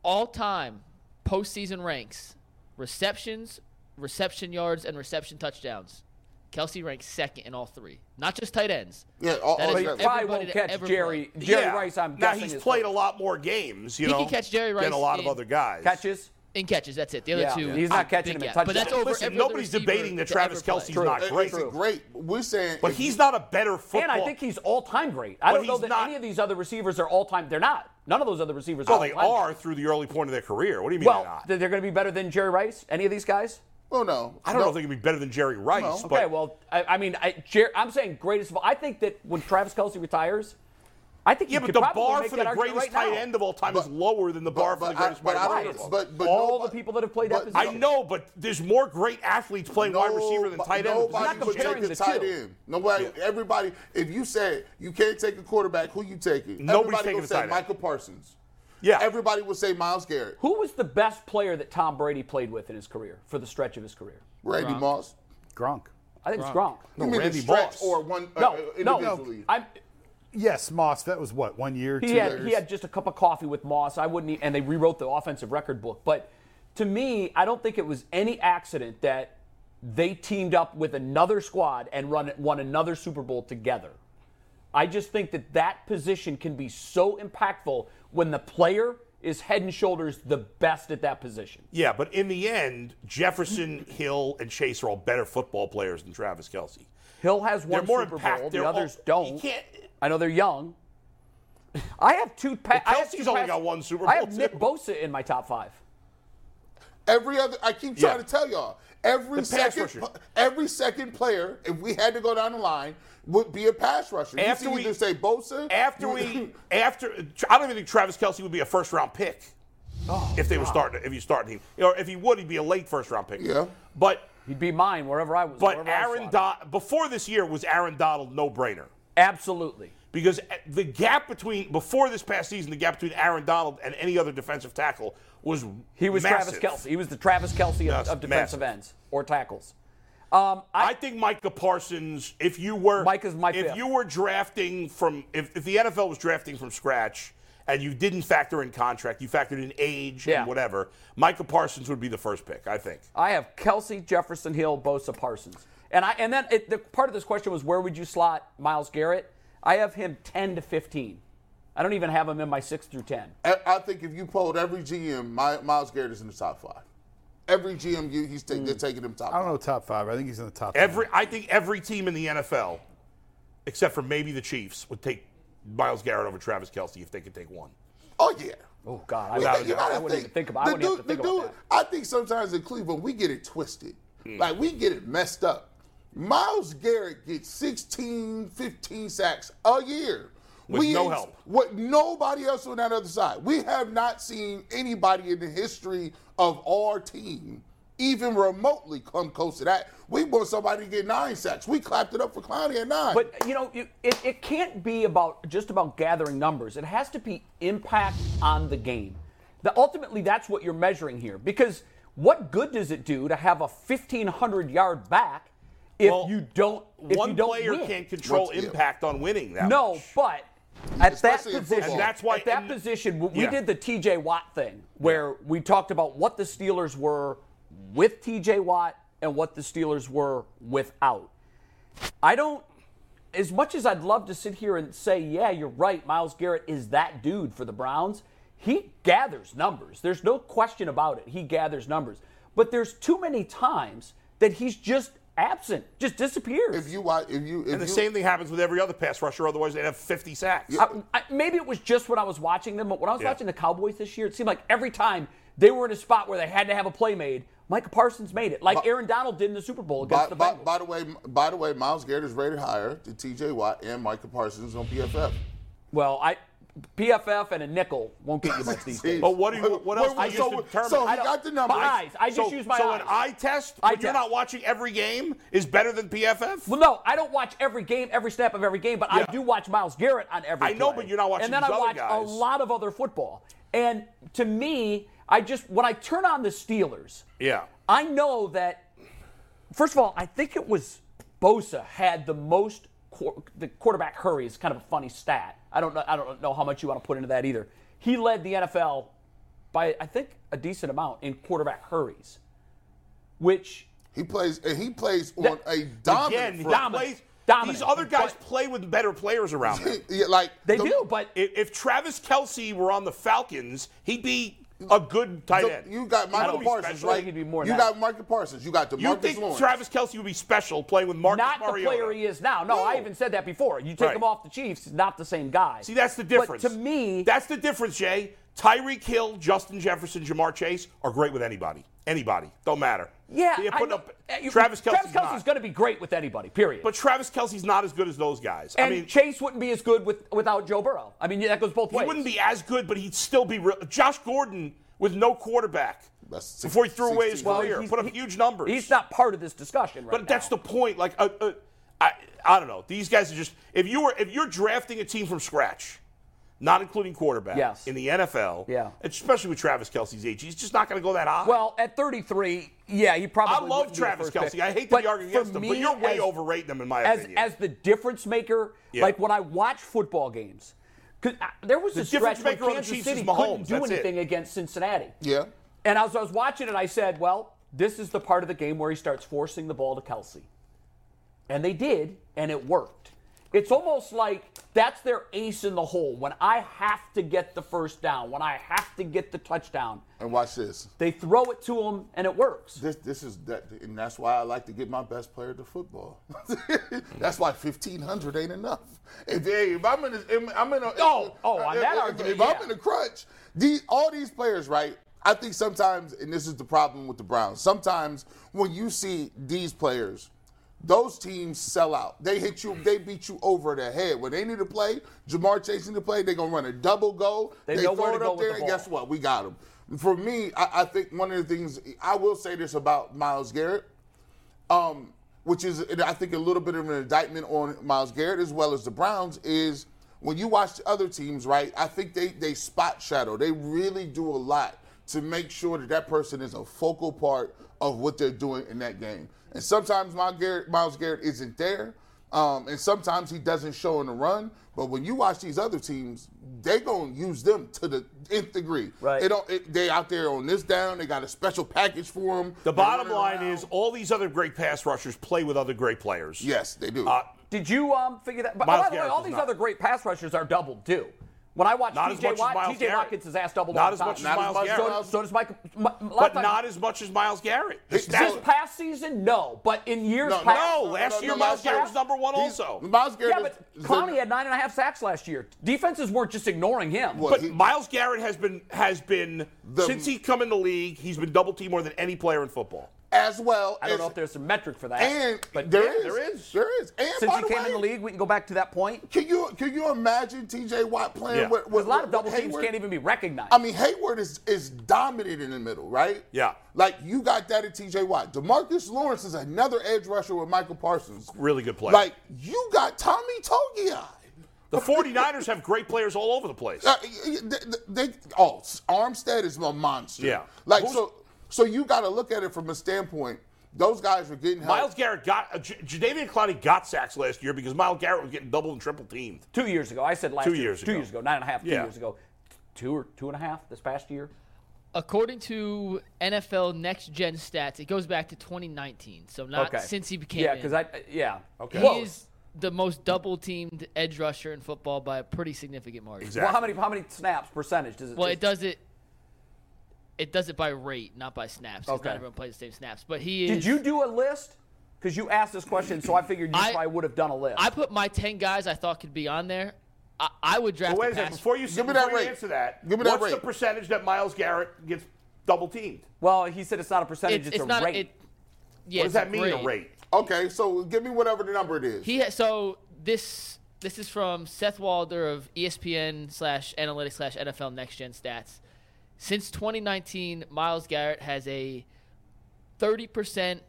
All time postseason ranks: receptions, reception yards, and reception touchdowns. Kelsey ranks second in all three. Not just tight ends.
Yeah, all-
That
all
is
tight ends.
Probably
everybody
won't
that
catch
ever
Jerry.
played.
Jerry
Yeah.
Rice. I'm
now
guessing
he's
is-
played a lot more games, you
He
know,
can catch Jerry
than
Rice
a lot of
in-
other guys.
catches.
in catches. That's it. The other
Yeah,
two.
he's not
big
catching them in
gap. But that's
touchdowns.
over.
Listen,
every other
nobody's
receiver
debating that
to
Travis
ever play.
Kelsey's not
It-
great.
It's great. but We're saying,
But
if-
he's not a better football.
And I think he's all time great. I
But
don't know
he's
that
not-
any of these other receivers are all time. They're not. None of those other receivers
well,
are.
they
all-time.
are through the early point of their career. What do you mean
Well,
they're not?
th- they're going to be better than Jerry Rice. Any of these guys?
oh no,
I don't know if they can be better than Jerry Rice.
No.
But
okay. Well, I, I mean, I, Jer- I'm saying greatest of all. I think that when Travis Kelsey retires, I think
yeah,
you
but
could
the
probably
bar
make
for
that
the
argument
greatest
right
tight
now.
end of all time is lower than the bar for the greatest
but
wide
I
receiver.
don't,
of all time.
but, but
All
nobody-
the people that have played that
but-
I
position.
know, but there's more great athletes playing wide receiver than
Nobody-
tight end.
Nobody
Not
could
comparing
take a
the
tight
two.
end. Nobody, everybody. If you said you can't take a quarterback, who you taking?
Nobody's
everybody
taking
would
a
say
tight end.
Michael Parsons.
Yeah.
Everybody would say Miles Garrett,
Who was the best player that Tom Brady played with in his career for the stretch of his career?
Randy Moss.
Gronk.
I think it's Gronk.
You mean
Randy
the stretch
Moss.
or one uh,
No,
uh,
no,
individually?
I'm,
Yes, Moss. That was what one year, two
he had
years.
he had just a cup of coffee with Moss. I wouldn't, e- and they rewrote the offensive record book. But to me, I don't think it was any accident that they teamed up with another squad and run won another Super Bowl together. I just think that that position can be so impactful when the player is head and shoulders the best at that position.
Yeah, but in the end, Jefferson, Hill, and Chase are all better football players than Travis Kelsey.
Hill has
They're
one
more
Super
impact-
Bowl,
they're
the others
all- you
don't.
can't-
I know they're young. I have two. Pa- I have two
Kelsey's only
pass-
got one Super
I
Bowl,
have Nick
too.
Bosa in my top five.
Every other, I keep trying
Yeah.
to tell y'all, every
The pass
second,
rusher.
pl- every second player, if we had to go down the line, would be a pass rusher.
After
you see
we-
either say Bosa,
After
you-
(laughs)
we, after I don't even think Travis Kelsey would be a first round pick
Oh,
if they were starting. If you started him, or if he would, he'd be a late first round pick.
Yeah.
but
He'd be mine wherever I was.
but
wherever I
Aaron
slotted.
Do- before this year was Aaron Donald no brainer
Absolutely.
because uh, the gap between before this past season, the gap between Aaron Donald and any other defensive tackle was
He was Travis
massive.
Kelsey. He was the Travis Kelsey of,
Yes,
of defensive
massive.
ends or tackles. Um, I,
I think Micah Parsons, if you were
Micah's my
if
fifth.
you were drafting from if, if the NFL was drafting from scratch and you didn't factor in contract, you factored in age
Yeah.
and whatever, Micah Parsons would be the first pick, I think.
I have Kelsey, Jefferson, Hill, Bosa, Parsons, and I. And then it, the part of this question was where would you slot Miles Garrett? I have him 10 to 15. I don't even have him in my six through 10.
(laughs) I I think if you polled every GM, My- Miles Garrett is in the top five. Every GM, you, he's ta-
Mm.
they're taking him top.
I don't know
five.
top five. I think he's in the top.
Every I think every team in the NFL, except for maybe the Chiefs, would take Miles Garrett over Travis Kelsey if they could take one.
Oh yeah.
Oh God, I,
You
wouldn't-
gotta
I wouldn't even think about. I
the
wouldn't
dude-
have to think
the
about
dude-
that.
Hmm.
I think sometimes in Cleveland we get it twisted, like we get it messed up. Miles Garrett gets 16, 15 sacks a year.
With no
ain't-
help.
What nobody else on that other side. We have not seen anybody in the history of our team even remotely come close to that. We want somebody to get nine sacks. We clapped it up for Clowney at nine.
But you know, you, it, it can't be about just about gathering numbers. It has to be impact on the game. The, ultimately, that's what you're measuring here. Because what good does it do to have a 1,500 yard back if
Well,
you don't? If
One
you don't
player
win?
can't control
Once- yeah.
impact on winning that.
No,
much.
but at that
Especially in
position,
football.
And that's why-
at that
and-
position, we we
Yeah.
did the T.J. Watt thing where we talked about what the Steelers were with T.J. Watt and what the Steelers were without. I don't. As much as I'd love to sit here and say, yeah, you're right, Miles Garrett is that dude for the Browns, he gathers numbers. There's no question about it. He gathers numbers. But there's too many times that he's just absent, just disappears.
if you watch, if you, if
And the
you,
same thing happens with every other pass rusher. Otherwise, they'd have 50 sacks.
I, I, maybe it was just when I was watching them, but when I was
Yeah.
watching the Cowboys this year, it seemed like every time they were in a spot where they had to have a play made, Micah Parsons made it, like Aaron Donald did in the Super Bowl
by,
against
by,
the Bengals.
by the way, by the way, Miles Garrett is rated higher than T.J. Watt and Micah Parsons on PFF.
well, I PFF and a nickel won't get
(laughs)
you much these days.
But what do you? What
Wait,
else
wait,
do you
so-
use to determine?
so he
don't-
got the numbers.
My eyes. I just
so,
use my
so
eyes.
an eye test
Eye
when you're
test.
not watching every game is better than PFF.
well, no, I don't watch every game, every snap of every game, but
Yeah.
I do watch Miles Garrett on every.
I know,
play.
but you're not watching
And then
these
I
other
watch
guys.
a lot of other football, and to me, I just when I turn on the Steelers,
Yeah.
I know that. First of all, I think it was Bosa had the most qu- the quarterback hurry is kind of a funny stat. I don't know. I don't know how much you want to put into that either. He led the NFL by I think a decent amount in quarterback hurries, which
He plays, and he plays on a dominant
Again, he
front.
Dominant.
plays-
Dominant.
These other guys
But-
play with better players around
(laughs)
(laughs)
them.
Yeah, like
they
the-
do. But
if, if Travis Kelsey were on the Falcons, he'd be a good tight
the-
end.
you got
He'd
Michael
be
Parsons,
special.
right?
He'd be more
you
than
got Michael Parsons. You got the
You
Marcus
think
Lawrence.
Travis Kelsey would be special playing with Marcus
not the
Mariota?
player he is now. No, I
No.
even said that before. You take
Right.
him off the Chiefs, he's not the same guy.
See, that's the difference.
But to me,
that's the difference, Jay. Tyreek Hill, Justin Jefferson, Jamar Chase are great with anybody. Anybody. Don't matter.
yeah,
They're
I
putting
know-
up,
uh, you-
Travis Kelsey's,
Travis Kelsey's
not.
going to be great with anybody. Period.
But Travis Kelsey's not as good as those guys.
and
I mean,
Chase wouldn't be as good with without Joe Burrow. I mean, yeah, that goes both ways.
he wouldn't be as good, but he'd still be real. Josh Gordon with no quarterback
That's six-
before he threw away his
16. Well,
career,
he's-
put up
he-
huge numbers.
He's not part of this discussion right
But that's
now.
the point. Like, uh, uh, I, I don't know. These guys are just. If you were, if you're drafting a team from scratch, not including quarterback,
Yes.
in the NFL,
Yeah.
especially with Travis Kelsey's age, he's just not going to go that high.
Well, at 33, yeah, he probably.
I love
wouldn't be the
Travis
first pick.
Kelsey. I hate to
But
be arguing
for
against him, but
me,
you're way
as-
overrating him in my
as,
opinion.
As the difference maker,
Yeah.
like when I watch football games, 'cause I- there was a
difference
stretch when
maker on the
Kansas
Chiefs is
City
Mahomes.
couldn't do
That's it.
anything against Cincinnati.
yeah,
And as I was watching it, I said, well, this is the part of the game where he starts forcing the ball to Kelsey. And they did, and it worked. It's almost like that's their ace in the hole. When I have to get the first down, when I have to get the touchdown,
and watch this.
they throw it to him and it works.
This this is that, and that's why I like to get my best player to football. (laughs) that's why fifteen hundred ain't enough. If, hey, if I'm in, a, I'm in a.
Oh, oh, on
if-
that
if-
argument,
if I'm
yeah.
in a crunch, these all these players, right? I think sometimes, and this is the problem with the Browns. Sometimes when you see these players, those teams sell out. They hit you, they beat you over the head when they need to play. Jamar chasing the play, they're gonna run a double go.
They know
throw
where to
it
go
up
with
there,
the
and
ball.
guess what? what? We got him. For me, I, I think one of the things I will say this about Miles Garrett, um, which is and I think a little bit of an indictment on Miles Garrett as well as the Browns is when you watch the other teams, right? I think they they spot shadow. They really do a lot to make sure that that person is a focal part of what they're doing in that game. And sometimes Miles Garrett, Miles Garrett isn't there. Um, and sometimes he doesn't show in the run, but when you watch these other teams, they gonna use them to the nth degree.
Right.
They don't. It, they out there on this down. They got a special package for them.
the bottom line is all these other great pass rushers play with other great players.
yes, they do.
Uh,
Did you um, figure that? But
Miles
by the way,
Garrett
all
does
these
not.
other great pass rushers are doubled too. When I watch
Not as much
TJ
as
Watt,
Miles
TJ Watt
Garrett.
gets his ass doubled
Not
all
as
the time.
much as
Not as Miles much- Garrett.
So, so does Michael. M- a lot of
but
times-
not as much as Miles Garrett. The
This
stats-
This past season, no, but in years
No,
past.
no, last year
no,
Miles Garrett was
last-
number one
He's-
also.
Miles Garrett.
Yeah, but
is-
Clowney had nine and a half sacks last year. Defenses weren't just ignoring him.
What?
But
he-
Miles Garrett has been has been
The-
since he come in the league, he's been double teamed more than any player in football.
as well.
I don't
as-
know if there's a metric for that.
and
but
there
yeah,
is,
there is.
there is. And
Since
by
he
the
came
way,
in the league, we can go back to that point.
can you can you imagine T.J. Watt playing
Yeah.
with, with
Because a lot of
with
double teams
Hayward?
can't even be recognized.
I mean, Hayward is is dominant in the middle, right?
Yeah.
Like you got that at T.J. Watt. Demarcus Lawrence is another edge rusher with Michael Parsons.
Really good player.
Like you got Tommy Togiai.
the 49ers have great players all over the place.
Uh, they, they, oh, Armstead is a monster.
Yeah.
Like
Who's-
so, so you got to look at it from a standpoint. Those guys were getting help.
Miles Garrett got uh, J- Jadavian Clowney got sacks last year because Miles Garrett was getting double and triple teamed.
two years ago, I said last
Two
year,
years
two
ago.
years ago, nine and a half, two
Yeah.
years ago, two or two and a half this past year.
According to NFL Next Gen Stats, it goes back to 2019, so not
Okay.
Uh, since he became.
Yeah,
in.
because I yeah. Okay.
He is the most double teamed edge rusher in football by a pretty significant margin.
Well, how many how many snaps percentage does it?
Well,
is-
it does it. It does it by rate, not by snaps. 'cause
Okay.
Not everyone plays the same snaps, but he is.
Did you do a list? Because you asked this question, so I figured you
I-
probably would have done a list.
I put my 10 guys I thought could be on there. I, I would draft.
But wait a
pass-
second, before you
Give me that
before you
rate.
answer that,
Give me that
what's the
rate.
percentage that Miles Garrett gets double teamed?
well, he said it's not a percentage;
it's,
it's,
it's
a
not.
rate.
It, yeah,
What does
it's
that
a
mean? A rate?
Okay, so give me whatever the number it is.
He ha- so this this is from Seth Walder of E ESPN slash analytics slash NFL Next Gen Stats. Since 2019, Miles Garrett has a 30%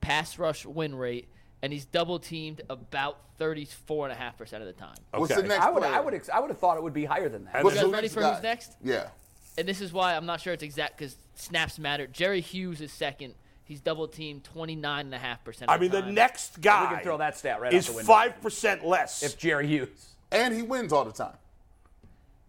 pass rush win rate, and he's double teamed about 34.5% of the time.
What's
Okay.
the next
I would
player?
I would ex- I would have thought it would be higher than that.
And
What's
then-
You
the
guys ready
next
for
guy?
who's next?
Yeah.
And this is why I'm not sure it's exact because snaps matter. Jerry Hughes is second. He's double teamed 29.5%. Of
I mean, the
time.
next guy
We can throw that stat right
is
out the window.
five percent less.
If Jerry Hughes,
And he wins all the time.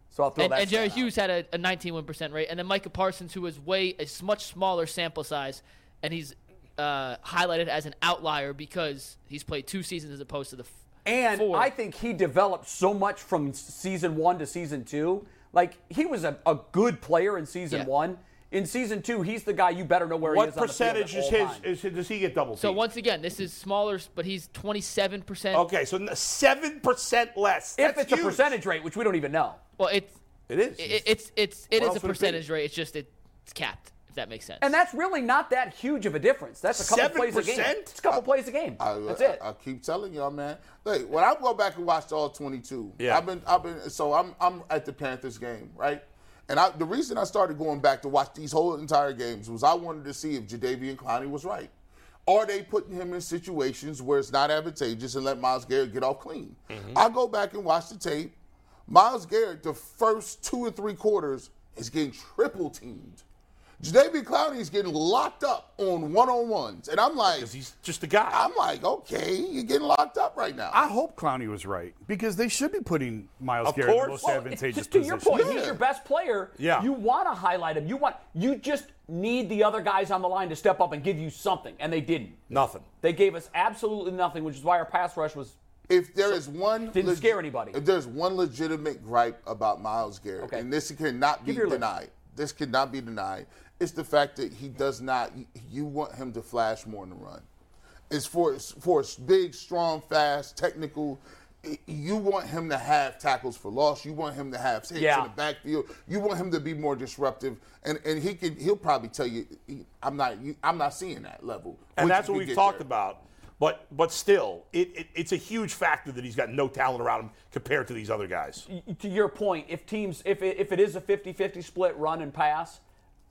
so I'll throw
and,
that.
and Jerry
stat out.
Hughes had a, a 19 win percent rate, and then Micah Parsons, who was way a s- much smaller sample size, and he's uh, highlighted as an outlier because he's played two seasons as opposed to the. F-
And
four.
I think he developed so much from s- season one to season two. Like he was a, a good player in season
Yeah.
one. In season two, he's the guy you better know where he
what
is. on the field at
percentage is
all
his,
times.
is his? Does he get double teamed?
so once again, this is smaller, s- but he's 27 percent.
okay, so seven percent less.
if
That's
it's a
huge.
percentage rate, which we don't even know.
Well, it's
it is.
it, it's it's
What
it is a
else would it be?
percentage rate. It's just it's capped. If that makes sense.
And that's really not that huge of a difference. That's a couple plays a game.
7%?
It's a couple plays a game.
I,
that's it.
I, I keep telling y'all, man. Look, when I go back and watch all 22,
Yeah.
I've been, I've been, so I'm, I'm at the Panthers game, right? And I, the reason I started going back to watch these whole entire games was I wanted to see if Jadavian Clowney was right. Are they putting him in situations where it's not advantageous and let Miles Garrett get off clean?
Mm-hmm.
I go back and watch the tape. Miles Garrett, the first two or three quarters, is getting triple teamed. Jadavian Clowney is getting locked up on one on ones. And I'm like,
Because he's just a guy.
I'm like, okay, you're getting locked up right now.
I hope Clowney was right because they should be putting Miles
Of
Garrett in the
course.
most
Well,
advantageous
Just to your
position.
point, he's your best player.
Yeah.
You want to highlight him. You want. You just need the other guys on the line to step up and give you something, and they didn't.
Nothing.
They gave us absolutely nothing, which is why our pass rush was.
if there is one
Didn't scare anybody.
If there's one legitimate gripe about Miles Garrett,
Okay.
and this cannot be
Give your list.
denied, this cannot be denied, it's the fact that he does not. You want him to flash more in the run. It's for it's for a big, strong, fast, technical. You want him to have tackles for loss. You want him to have hits
Yeah.
in the backfield. You want him to be more disruptive, and and he can. He'll probably tell you, I'm not. You, I'm not seeing that level.
and
Which
that's
you
what
can
we've
get
talked
there.
about. But but still, it, it it's a huge factor that he's got no talent around him compared to these other guys.
To your point, if teams, if it, if it is a 50-50 split, run and pass,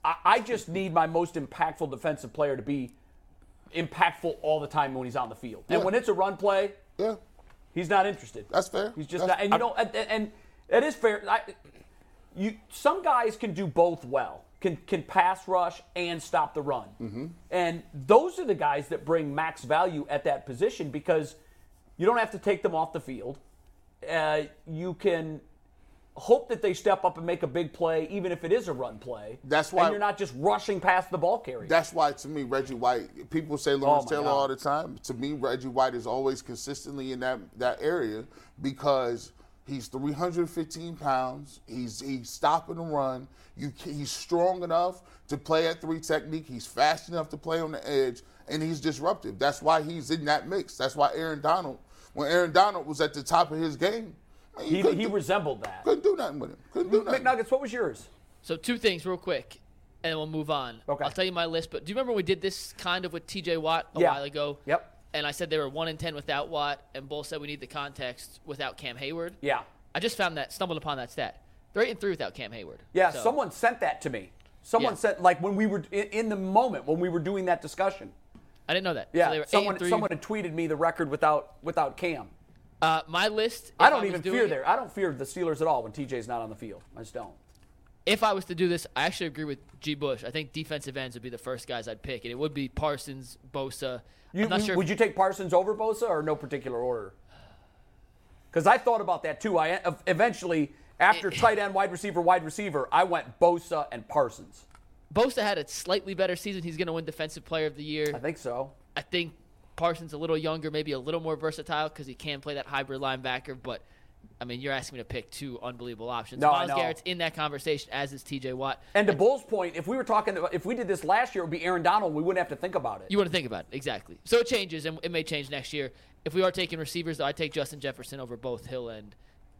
I, I just need my most impactful defensive player to be impactful all the time when he's on the field. And
Yeah.
when it's a run play,
Yeah,
he's not interested.
that's fair.
He's just
That's-
not, and you know, and, and it is fair. I, you some guys can do both well, can can pass rush and stop the run,
Mm-hmm.
and those are the guys that bring max value at that position because you don't have to take them off the field. Uh, you can hope that they step up and make a big play, even if it is a run play.
That's why-
and you're not just rushing past the ball carrier.
That's why, to me, Reggie White. People say Lawrence
Oh my
Taylor
God.
all the time. To me, Reggie White is always consistently in that that area because he's 315 pounds. He's he's stopping the run. You ca- he's strong enough to play at three technique. He's fast enough to play on the edge, and he's disruptive. That's why he's in that mix. That's why Aaron Donald, when Aaron Donald was at the top of his game, man, you
he,
couldn't
he
do-
resembled that.
couldn't do nothing with him. Couldn't do nothing.
McNuggets, what was yours?
So two things real quick. and we'll move on.
Okay.
I'll tell you my list, but do you remember we did this kind of with TJ Watt a
Yeah.
while ago?
Yep.
And I said they were 1 in 10 without Watt, and both said we need the context without Cam Hayward.
Yeah.
I just found that, stumbled upon that stat. They're 8 and 3 without Cam Hayward.
Yeah,
So,
someone sent that to me. Someone
Yeah.
sent like when we were in, in the moment when we were doing that discussion.
I didn't know that. So
Yeah,
they were 8 and
someone
3.
someone had tweeted me the record without without Cam.
Uh, my list. if
I don't
was
even
doing
fear
it-
there. I don't fear the Steelers at all when TJ's not on the field. I just don't.
If I was to do this, I actually agree with G. Bush. I think defensive ends would be the first guys I'd pick, and it would be Parsons, Bosa.
You,
I'm not
you-
sure.
Would you take Parsons over Bosa or no particular order? Because I thought about that too. I ev- eventually,
(clears throat)
after tight end, wide receiver, wide receiver, I went Bosa and Parsons.
Bosa had a slightly better season. He's going to win Defensive Player of the Year.
I think so.
I think Parsons a little younger, maybe a little more versatile because he can play that hybrid linebacker. But I mean, you're asking me to pick two unbelievable options.
No, I
Miles
know.
Garrett's in that conversation, as is T.J. Watt.
And to Bull's point, if we were talking, about, if we did this last year, it would be Aaron Donald. We wouldn't have to think about it.
You want to think about it exactly. So it changes, and it may change next year. If we are taking receivers, though, I take Justin Jefferson over both Hill and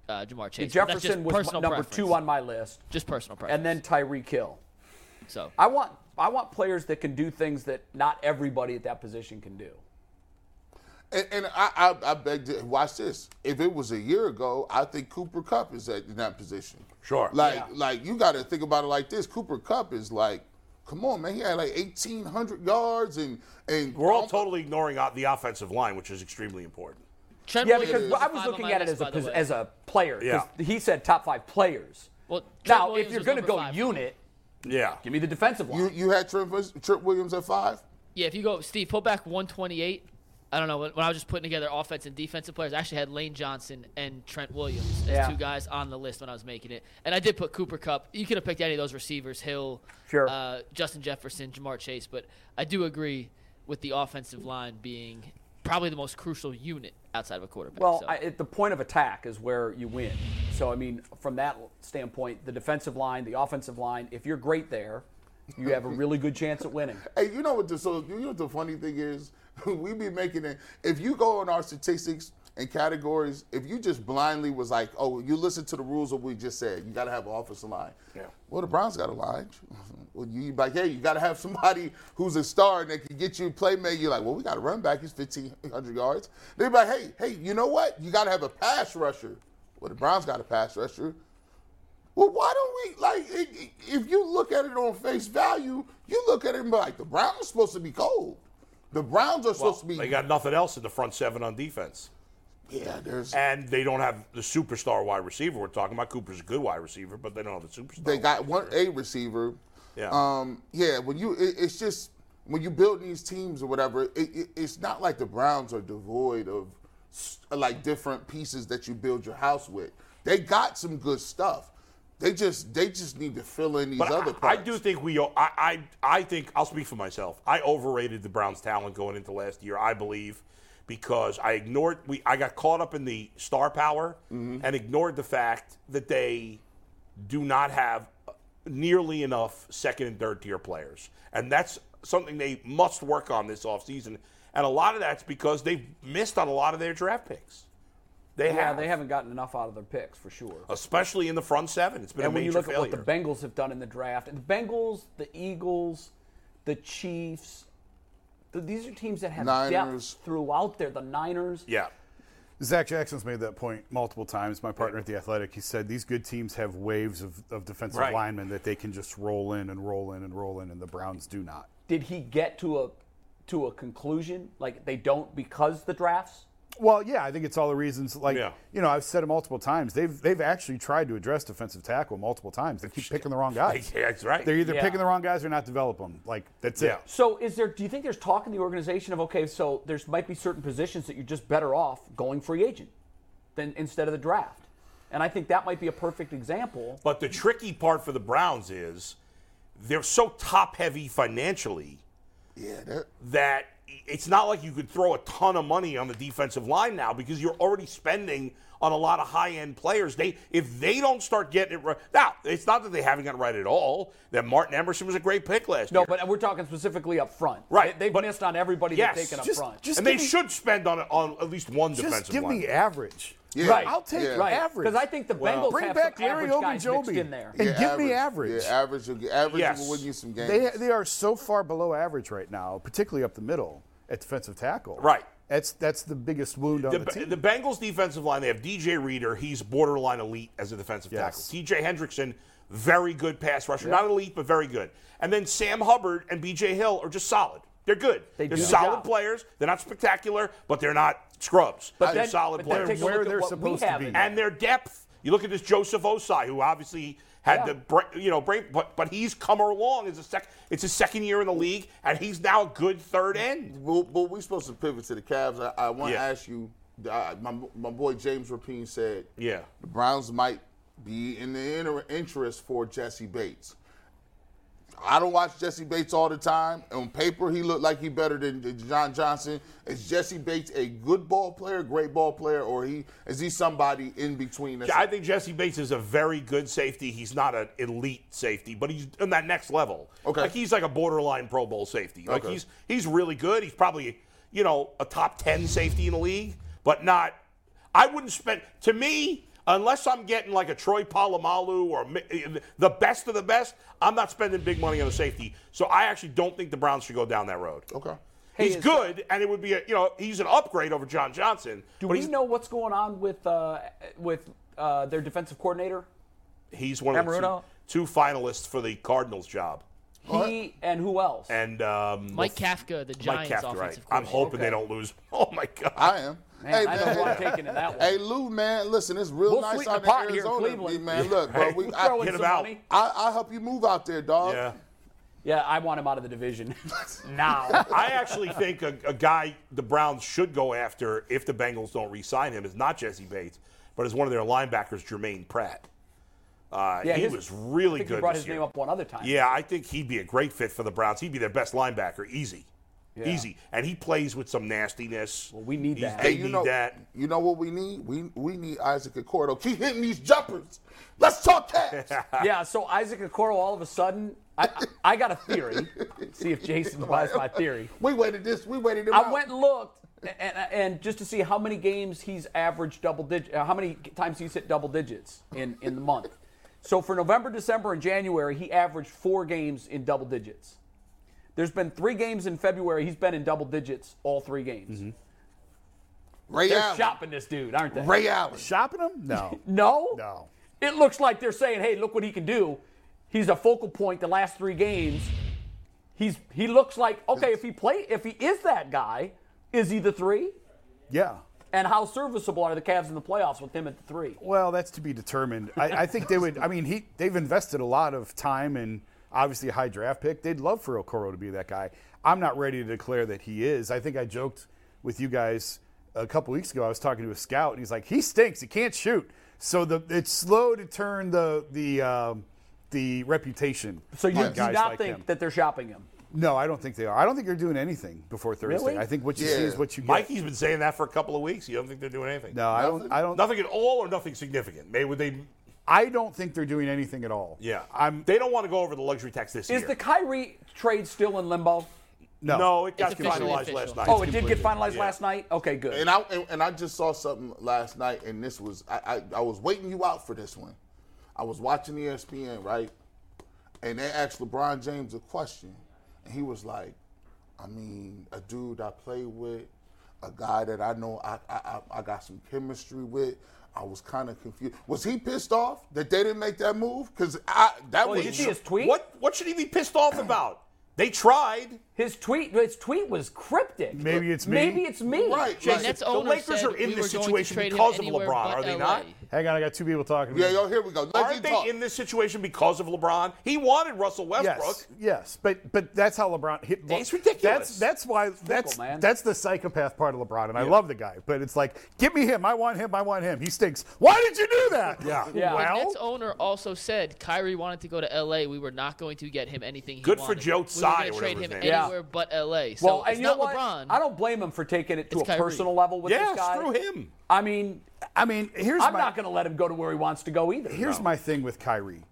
uh, Jamar Chase. But that's
Jefferson
just
was
personal
number
preference.
two on my list,
just personal preference.
and then Tyreek Hill.
so
I want I want players that can do things that not everybody at that position can do.
And, and I, I, I beg to watch this. If it was a year ago, I think Cooper Cup is at, in that position.
Sure.
Like, like you got to think about it like this. Cooper Cup is like, come on, man. He had like 1,800 yards and and
We're all totally ignoring uh, the offensive line, which is extremely important.
Trent
Yeah,
Williams
because
the
I was
five on
looking
my
at it as
list,
a
by the
pos-
way.
as a player. 'cause
Yeah.
He said top five players.
Well, Trent
now,
Williams
if you're
was
going to
number
go
five for me.
unit,
Yeah.
give me the defensive line.
You, you had Trent, Trent Williams at five?
Yeah, if you go, Steve, pull back 128. I don't know. When, when I was just putting together offense and defensive players, I actually had Lane Johnson and Trent Williams as
Yeah.
two guys on the list when I was making it. And I did put Cooper Cup. You could have picked any of those receivers Hill,
Sure.
uh, Justin Jefferson, Jamar Chase. But I do agree with the offensive line being probably the most crucial unit outside of a quarterback.
well,
so.
I, at the point of attack is where you win. So, I mean, from that standpoint, the defensive line, the offensive line, if you're great there, you have a really good chance at winning.
Hey, you know what the so you know what the funny thing is? (laughs) we be making it if you go on our statistics and categories, if you just blindly was like, Oh, you listen to the rules of what we just said, you gotta have an offensive line.
Yeah.
Well the Browns got a line. (laughs) Well you you like, hey, you gotta have somebody who's a star and that can get you playmaker. You're like, Well, we got a run back, he's fifteen hundred yards. They're like, Hey, hey, you know what? You gotta have a pass rusher. Well the Browns got a pass rusher. Well, why don't we like? i- i- If you look at it on face value, you look at it and be like, the Browns are supposed to be cold. The Browns are supposed to be.
They got nothing else in the front seven on defense.
yeah, there's.
And they don't have the superstar wide receiver we're talking about. Cooper's a good wide receiver, but they don't have the superstar.
They
wide
got one
receiver.
a receiver.
Yeah.
Um. Yeah. When you, it, it's just when you build these teams or whatever, it, it, it's not like the Browns are devoid of s- like different pieces that you build your house with. They got some good stuff. They just they just need to fill in these
But
other
(laughs) I, I
parts.
do think we. o- I, I I think I'll speak for myself. I overrated the Browns' talent going into last year. I believe because I ignored. We I got caught up in the star power
Mm-hmm.
and ignored the fact that they do not have nearly enough second and third tier players, and that's something they must work on this offseason. And a lot of that's because they've missed on a lot of their draft picks. They
Yeah,
have.
they haven't gotten enough out of their picks for sure.
Especially in the front seven, it's been
and
a major
when you look
failure.
at what the Bengals have done in the draft, the Bengals, the Eagles, the Chiefs, th- these are teams that have
Niners.
depth throughout there. The Niners.
yeah, (laughs)
Zach Jackson's made that point multiple times. My partner at the Athletic, he said these good teams have waves of, of defensive
Right.
linemen that they can just roll in and roll in and roll in, and the Browns do not.
Did he get to a to a conclusion like they don't because the drafts?
Well, yeah, I think it's all the reasons. Like
Yeah.
you know, I've said it multiple times. They've they've actually tried to address defensive tackle multiple times. They keep picking the wrong guys.
Yeah, that's right.
They're either
Yeah.
picking the wrong guys or not develop them. Like that's
Yeah.
it.
So is there? Do you think there's talk in the organization of okay, so there's might be certain positions that you're just better off going free agent than instead of the draft, and I think that might be a perfect example.
But the tricky part for the Browns is they're so top heavy financially
yeah. That,
that it's not like you could throw a ton of money on the defensive line now because you're already spending on a lot of high-end players. They if they don't start getting it right now, it's not that they haven't gotten it right at all. That Martin Emerson was a great pick last
No,
year.
uh,
but we're talking specifically up front.
Right,
They, have
but-
missed on everybody
yes,
they've taken up
just-
front.
just-
and they
give me-
should spend on on at least one
Just
defensive
give
lineman.
me average.
Yeah.
Right.
I'll take
Yeah.
right.
average.
Because I think the Bengals
Bring
have
back
some
Larry
average guys mixed
Ogunjobi
in there.
and
Yeah,
give me average.
Yeah, average. Will, get- average
Yes.
will win you some games.
They they are so far below average right now, particularly up the middle at defensive tackle.
Right.
That's that's the biggest wound on
the,
the, team.
the Bengals defensive line, they have DJ Reader. He's borderline elite as a defensive
Yes.
tackle. TJ Hendrickson, very good pass rusher. Not elite, but very good. And then Sam Hubbard and BJ Hill are just solid. They're good. They are
do the
solid
job.
players. They're not spectacular, but they're not scrubs.
But
they're
then-
solid
but then
players.
take a
Where
look at
they're
what we
supposed to
have
be.
in
and their depth. You look at this Joseph Osai, who obviously had
Yeah.
the bra- you know brain, but, but he's come along as a sec. It's his second year in the league, and he's now a good third end.
But, but we're supposed to pivot to the Cavs. I, I want to
Yeah.
ask you. I, my, my boy James Rapine said
Yeah.
the Browns might be in the inter- interest for Jesse Bates. I don't watch Jesse Bates all the time. On paper, he looked like he better than than John Johnson. Is Jesse Bates a good ball player, great ball player, or he is he somebody in between? us?
I think Jesse Bates is a very good safety. He's not an elite safety, but he's on that next level.
Okay.
Like he's like a borderline Pro Bowl safety. Like
Okay.
he's he's really good. He's probably, you know, a top 10 safety in the league, but not I wouldn't spend to me unless I'm getting like a Troy Polamalu or mi- the best of the best, I'm not spending big money on a safety. So I actually don't think the Browns should go down that road.
okay.
he's good, and it would be a, you know he's an upgrade over John Johnson.
Do
but
we
he's,
know what's going on with uh, with uh, their defensive coordinator?
he's one of the
Amarudo?
two, two finalists for the Cardinals job.
He and who else?
and um,
Mike Kafka, the
Mike
Giants
Kafka, right?
offensive
I'm
coordinator.
hoping they don't lose. (laughs) Oh my God!
I am.
Man, I
(laughs)
don't want to take into that one.
Hey Lou, man, listen, it's real
We'll
nice
sweeten
out
the pot
in
here in
Arizona,
Cleveland.
man. Look, bro, we,
(laughs)
We'll throw
I,
in
Get him
some
out.
money.
I, I help you move out there, dog.
yeah,
Yeah, I want him out of the division (laughs) now.
(laughs) I actually think a, a guy the Browns should go after if the Bengals don't re-sign him is not Jesse Bates, but is one of their linebackers, Jermaine Pratt. Uh,
Yeah,
he
his-
was
I
really
think
good
You brought
this
his
year.
name up one other time.
Yeah, I think he'd be a great fit for the Browns. He'd be their best linebacker, easy, easy, and he plays with some nastiness. Well,
we need that.
They
Hey, you
need
know,
that.
You know what we need? We we need Isaac Accordo. Keep hitting these jumpers. Let's
(laughs)
talk Cavs.
Yeah, so Isaac Okoro, all of a sudden, I, I, I got a theory. See if Jason buys my theory.
we waited this. We waited. Him
I
out.
went and looked, and, and, and just to see how many games he's averaged double digit, uh, how many times he's hit double digits in in the month. So for November, December, and January, he averaged four games in double digits. There's been three games in February. He's been in double digits all three games.
Ray
They're
Allen.
shopping this dude, aren't they?
Ray Allen.
Shopping them?
(laughs)
No.
No.
No.
It looks like they're saying, "Hey, look what he can do. He's a focal point the last three games. He's he looks like okay if he play if he is that guy, is he the three?
Yeah.
And how serviceable are the Cavs in the playoffs with him at the three?
Well, that's to be determined. I, I think they would. I mean, he they've invested a lot of time and obviously a high draft pick. They'd love for Okoro to be that guy. I'm not ready to declare that he is. I think I joked with you guys a couple weeks ago. I was talking to a scout and he's like, he stinks. He can't shoot. So the it's slow to turn the the um, the reputation.
So you
on
do
guys
not
like
think
him.
that they're shopping him?
No, I don't think they are. I don't think they're doing anything before Thursday.
Really?
I think what you see
Yeah.
is what you get.
Mikey's been saying that for a couple of weeks. You don't think they're doing anything?
no, I don't. I don't.
nothing at all, or nothing significant. Maybe would they
I don't think they're doing anything at all.
Yeah,
I'm.
They don't want to go over the luxury tax this
Is
year.
the Kyrie trade still in limbo?
no.
no, it got
It's officially
finalized
official.
last night.
oh, it did get
completely-
finalized
yeah.
last night. Okay, good.
And I and, and I just saw something last night, and this was I, I I was waiting you out for this one. I was watching E ESPN right, and they asked LeBron James a question, and he was like, "I mean, a dude I played with, a guy that I know I I, I, I got some chemistry with." I was kind of confused. Was he pissed off that they didn't make that move? Because I that
Oh,
was
did you see his tweet?
What what should he be pissed off about? They tried.
His tweet, his tweet was cryptic.
Maybe it's me.
Maybe it's me.
right.
Jason,
like-
Nets
the
owner
Lakers
said
are in
we
this
were going to
situation
trade him
because of
anywhere
LeBron,
but
are they
LA.
not?
Hang on, I got two people talking. to
yeah,
me.
yo, here we go. Let's
Aren't they
talk.
in this situation because of LeBron? He wanted Russell Westbrook.
Yes, yes, but but that's how LeBron. Hit,
It's ridiculous.
That's that's why that's
man.
that's the psychopath part of LeBron, and I love the guy, but it's like, give me him. I want him. I want him. He stinks. Why did you do that? Yeah.
Yeah.
The
Well,
Nets owner also said Kyrie wanted to go to LA. We were not going to get him anything. He
Good for
wanted.
Joe Tsai
We
or
were going to trade
whatever his
him
name
is.
anywhere but LA. So
Well,
it's
and you know
not
what?
LeBron.
I don't blame him for taking it to
It's
a
Kyrie.
personal level with
Yeah,
this guy.
screw him.
I mean,
I mean, here's
I'm
my,
not going to let him go to where he wants to go either.
Here's my thing with Kyrie.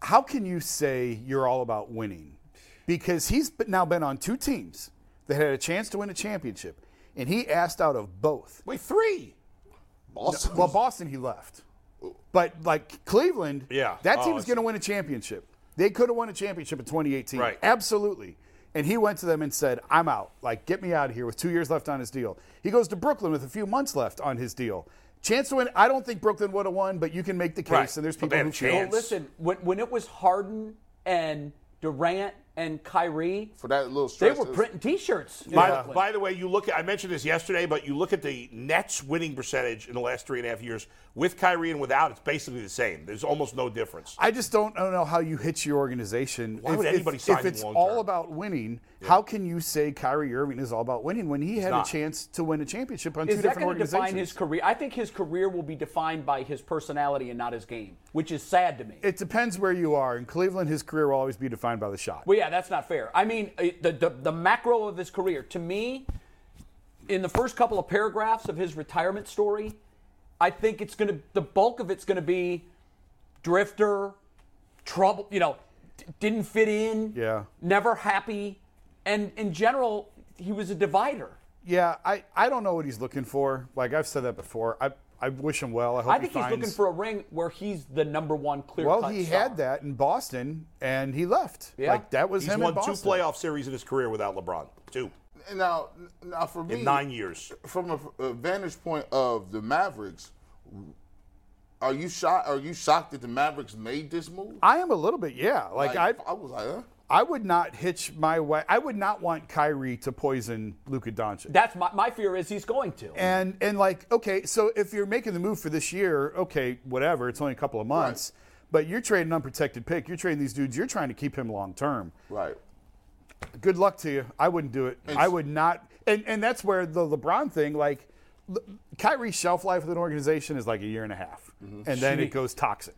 How can you say you're all about winning? Because he's b- now been on two teams that had a chance to win a championship, and he asked out of both.
Wait, three.
Boston.
Well, Boston he left, but like Cleveland,
Yeah.
that
Oh,
team was
I
going to win a championship. They could have won a championship in 2018,
Right.
Absolutely. And he went to them and said, "I'm out. Like, get me out of here." With two years left on his deal, he goes to Brooklyn with a few months left on his deal. Chance to win. I don't think Brooklyn would have won, but you can make the case.
Right.
And there's
But
people
they had
who
a
feel-
chance.
Well, listen, when, when it was Harden and Durant and Kyrie,
for that little
they
stretch.
were printing T-shirts. in
By,
Brooklyn.
by the way, you look. At, I mentioned this yesterday, but you look at the Nets' winning percentage in the last three and a half years with Kyrie and without. It's basically the same. There's almost no difference.
I just don't, I don't know how you hitch your organization.
Why would anybody sign
if
him
it's
long
all
term?
about winning? How can you say Kyrie Irving is all about winning when he had
not.
a chance to win a championship on
is
two
that
different
going to
organizations?
define his career? I think his career will be defined by his personality and not his game, which is sad to me.
it depends where you are. In Cleveland, his career will always be defined by the shot.
Well, yeah, that's not fair. I mean, it- the, the the macro of his career, to me, in the first couple of paragraphs of his retirement story, I think it's gonna the bulk of it's gonna be drifter, trouble. You know, d- didn't fit in.
Yeah.
Never happy, and in general, he was a divider.
Yeah, I, I don't know what he's looking for. Like I've said that before. I I wish him well. I hope
I think
he
he's
finds.
looking for a ring where he's the number one clear.
well, he had that in Boston, and he left.
Yeah.
Like that was
He's
him
won
in
two
Boston.
playoff series in his career without LeBron. Two
And now, now for me,
in nine years.
from a, a vantage point of the Mavericks, are you shocked? Are you shocked that the Mavericks made this move?
I am a little bit, yeah. Like, I,
I was like, huh?
I would not hitch my way. I would not want Kyrie to poison Luka Doncic.
That's my, my fear is he's going to.
And and like, okay, so if you're making the move for this year, okay, whatever, it's only a couple of months. But you're trading unprotected pick. You're trading these dudes. You're trying to keep him long term.
right.
Good luck to you. I wouldn't do it. I would not. And and that's where the LeBron thing, like, L- Kyrie's shelf life with an organization is like a year and a half,
Mm-hmm.
and then it goes toxic.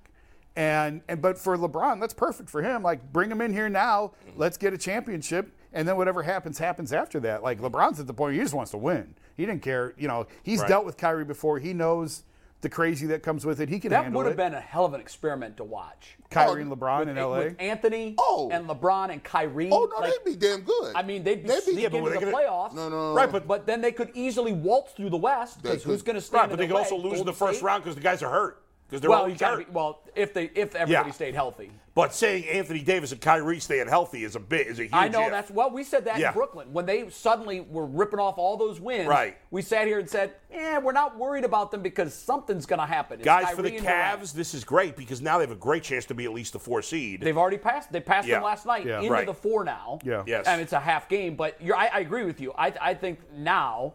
And and but for LeBron, that's perfect for him. Like, bring him in here now.
Mm-hmm.
Let's get a championship, and then whatever happens happens after that. Like LeBron's at the point he just wants to win. He didn't care. You know, he's dealt with Kyrie before. He knows the crazy that comes with it. He can
that
handle
would have
it.
been a hell of an experiment to watch.
Kyrie and LeBron in L.A.
With Anthony
Oh.
and LeBron and Kyrie.
Oh no,
like,
they'd be damn good.
I mean, they'd be
They'd be-
sneaking
Yeah, but
into
were
the
they gonna-
playoffs.
no, no, no.
Right, but
But then they could easily waltz through the West
They
because who's
could.
going to stand
right,
in
but they
their
could also
way?
lose in the
Golden
first
State?
round because the guys are hurt. Because they're
Well,
all
you got to
hurt.
be well if they if everybody
Yeah.
stayed healthy.
but saying Anthony Davis and Kyrie staying healthy is a bit is a huge.
I know
if.
that's well. We said that
Yeah.
in Brooklyn when they suddenly were ripping off all those wins.
Right.
We sat here and said, "Eh, we're not worried about them because something's going to happen." It's
Guys, for the
Kyrie and Durant.
Cavs, this is great because now they have a great chance to be at least the four seed.
They've already passed. They passed
Yeah.
them last night
Yeah.
into
Right.
the four now.
Yeah.
Yes.
And it's a half game, but you're, I, I agree with you. I, I think now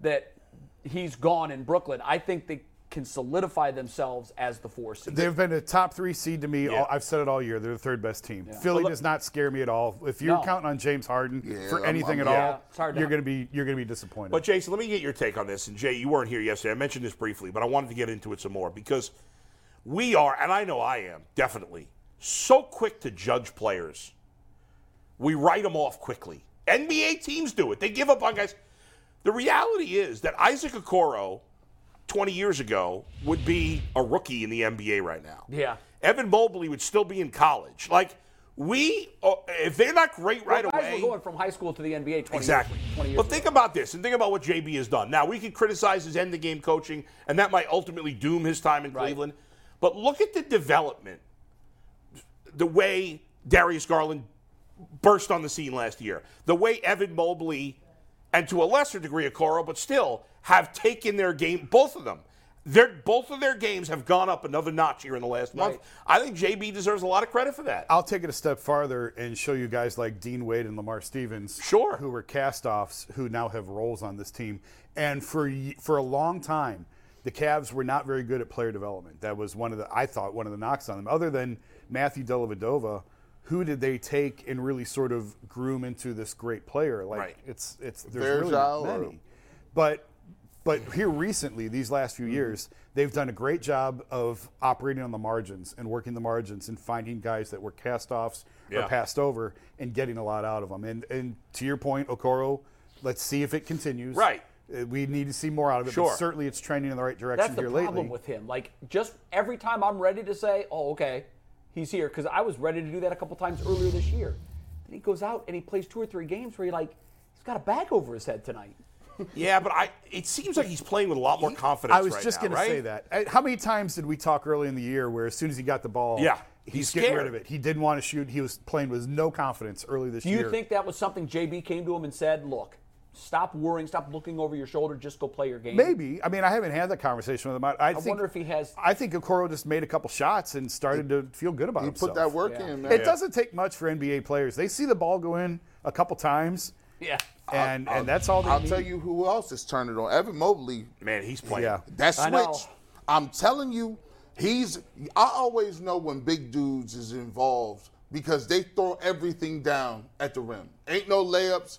that he's gone in Brooklyn, I think they can solidify themselves as the four seed.
They've been a top three seed to me.
Yeah.
All, I've said it all year. They're the third best team. Philly does not scare me at all. If you're
No.
counting on James Harden
Yeah,
for
I'm-
anything
I'm-
at
Yeah,
all,
it's hard to-
you're gonna be you're gonna be disappointed.
But Jason, let me get your take on this. And Jay, you weren't here yesterday. I mentioned this briefly, but I wanted to get into it some more because we are, and I know I am, definitely so quick to judge players. We write them off quickly. NBA teams do it. They give up on guys. The reality is that Isaac Okoro, 20 years ago, would be a rookie in the NBA right now.
Yeah.
Evan Mobley would still be in college. Like we, uh, if they're not great right
Guys
away,
were going from high school to the NBA 20
Exactly.
years, 20 years
But think about this and think about what JB has done. Now, we could criticize his end of game coaching, and that might ultimately doom his time in
Right.
Cleveland. But look at the development, the way Darius Garland burst on the scene last year, the way Evan Mobley, and to a lesser degree, Okoro, but still have taken their game, both of them. Their, both of their games have gone up another notch here in the last month.
Right.
I think JB deserves a lot of credit for that.
I'll take it a step farther and show you guys like Dean Wade and Lamar Stevens,
Sure.
who were cast-offs, who now have roles on this team. And for y- for a long time, the Cavs were not very good at player development. That was one of the I thought one of the knocks on them. Other than Matthew Dellavedova, who did they take and really sort of groom into this great player? Like
Right.
it's it's there's really not
Vergeau or-
many. But but here recently, these last few years, they've done a great job of operating on the margins and working the margins and finding guys that were cast offs
Yeah.
or passed over and getting a lot out of them. And and to your point, Okoro, let's see if it continues.
Right.
Uh, We need to see more out of it.
Sure.
But certainly, it's trending in the right direction
That's the
here
problem
lately.
with him. Like, just every time I'm ready to say, "Oh, okay, he's here," because I was ready to do that a couple times earlier this year. Then he goes out and he plays two or three games where he like he's got a bag over his head tonight.
Yeah, but I. It seems like he's playing with a lot more confidence.
I was
right
just
now,
going
right?
to say that. Uh, How many times did we talk early in the year where as soon as he got the ball,
Yeah,
he's,
he's
getting
scared.
rid of it. He didn't want to shoot. He was playing with no confidence early this
Do
year.
you think that was something JB came to him and said, "Look, stop worrying, stop looking over your shoulder, just go play your game"?
Maybe. I mean, I haven't had that conversation with him. I, I, think,
wonder if he has-
I think Okoro just made a couple shots and started to feel good about
He
himself.
put that work
Yeah.
in, man.
It doesn't take much for NBA players. They see the ball go in a couple times,
Yeah.
and and that's all they
I'll
need.
tell you who else has turned it on. Evan Mobley
Man, he's playing.
Yeah.
That
I know.
switch, I'm telling you, he's. I always know when big dudes is involved because they throw everything down at the rim. Ain't no layups.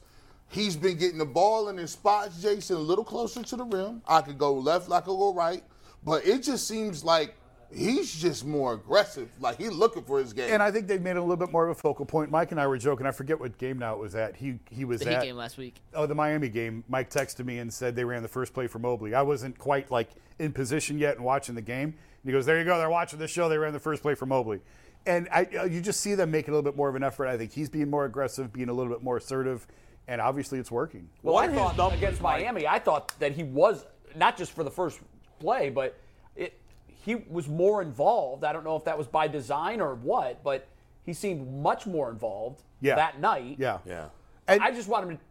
He's been getting the ball in his spots, Jason, a little closer to the rim. I could go left, I could go right, but it just seems like he's just more aggressive. Like he's looking for his game.
and I think they've made it a little bit more of a focal point. Mike and I were joking. I forget what game now it was at. He he was
The
at
Heat game last week.
oh the Miami game. Mike texted me and said they ran the first play for Mobley. I wasn't quite like in position yet and watching the game. And he goes, "There you go. They're watching the show. They ran the first play for Mobley." And I, uh, you just see them making a little bit more of an effort. I think he's being more aggressive, being a little bit more assertive, and obviously it's working.
Well,
What
I
are his
thought
numbers,
against
Mike?
Miami, I thought that he was not just for the first play, but it, he was more involved. I don't know if that was by design or what, but he seemed much more involved
Yeah.
that night.
Yeah.
Yeah.
I just want him to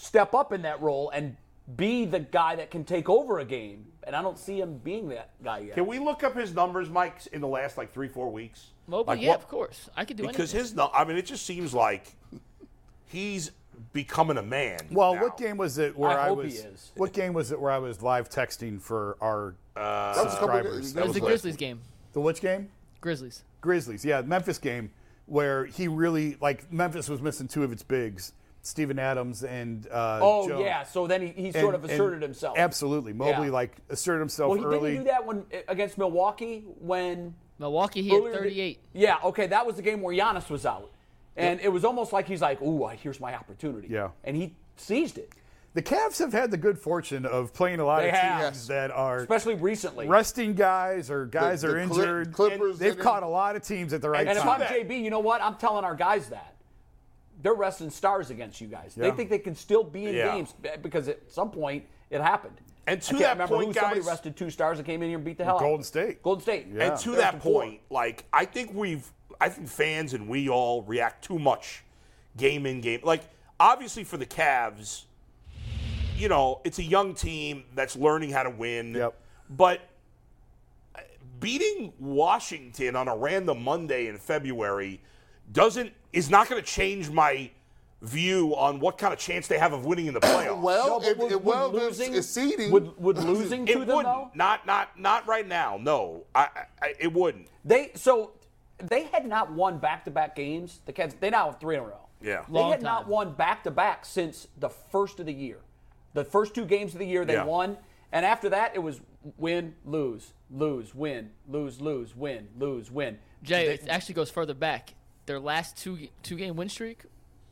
step up in that role and be the guy that can take over a game, and I don't see him being that guy yet.
Can we look up his numbers, Mike, in the last like three, four weeks?
Mobley,
Like,
yeah,
what-
of course. I could do
Because
anything.
his, nu- I mean, it just seems like he's becoming a man.
Well,
now.
what game was it where
I
I,
hope he
was?
is.
What game was it where I was live texting for our
that was a couple
subscribers?
that
it was the
like-
Grizzlies game.
the which game?
Grizzlies.
Grizzlies. Yeah, Memphis game where he really like Memphis was missing two of its bigs, Steven Adams and uh,
oh
Jones.
yeah, so then he, he
And-
sort of
and
asserted himself.
Absolutely, Mobley
Yeah.
like asserted himself
Well, he
early.
didn't do that when uh, against Milwaukee when
Milwaukee, he had
Earlier the-
38.
yeah, okay, that was the game where Giannis was out, and it was almost like he's like, "Ooh, here's my opportunity."
Yeah.
and he seized it,
The Cavs have had the good fortune of playing a lot
They
of
have.
teams that are
especially recently.
resting guys or guys
the
are
Clip-
injured.
Clippers
they've
did it.
caught a lot of teams at the right
and if
time.
I'm JB, you know what? I'm telling our guys that they're resting stars against you guys. They
Yeah.
think they can still be in
Yeah.
games because at some point it happened.
And to
I can't
that
remember
point,
who somebody
guys-
rested two stars and came in here and beat the hell out. of
Golden
them.
State.
Golden State.
Yeah.
And to
There's
that
the four.
point, like I think we've, I think fans and we all react too much, game in game. Like obviously for the Cavs, you know, it's a young team that's learning how to win.
Yep.
But uh, beating Washington on a random Monday in February doesn't is not going to change my view on what kind of chance they have of winning in the playoffs.
well,
No, but
it,
would-
it,
would
well,
losing-
it's seeding.
Would, would losing
(laughs)
to
it
them
wouldn't.
though?
Not not not right now. No, I, I it wouldn't.
They so they had not won back to back games. The Cavs they now have three in a row.
Yeah.
They
Long
had not
time.
won back to back since the first of the year. The first two games of the year they
Yeah.
won. And after that it was win, lose, lose, win, lose, lose, win, lose, win.
Jay, it actually goes further back. Their last two two game win streak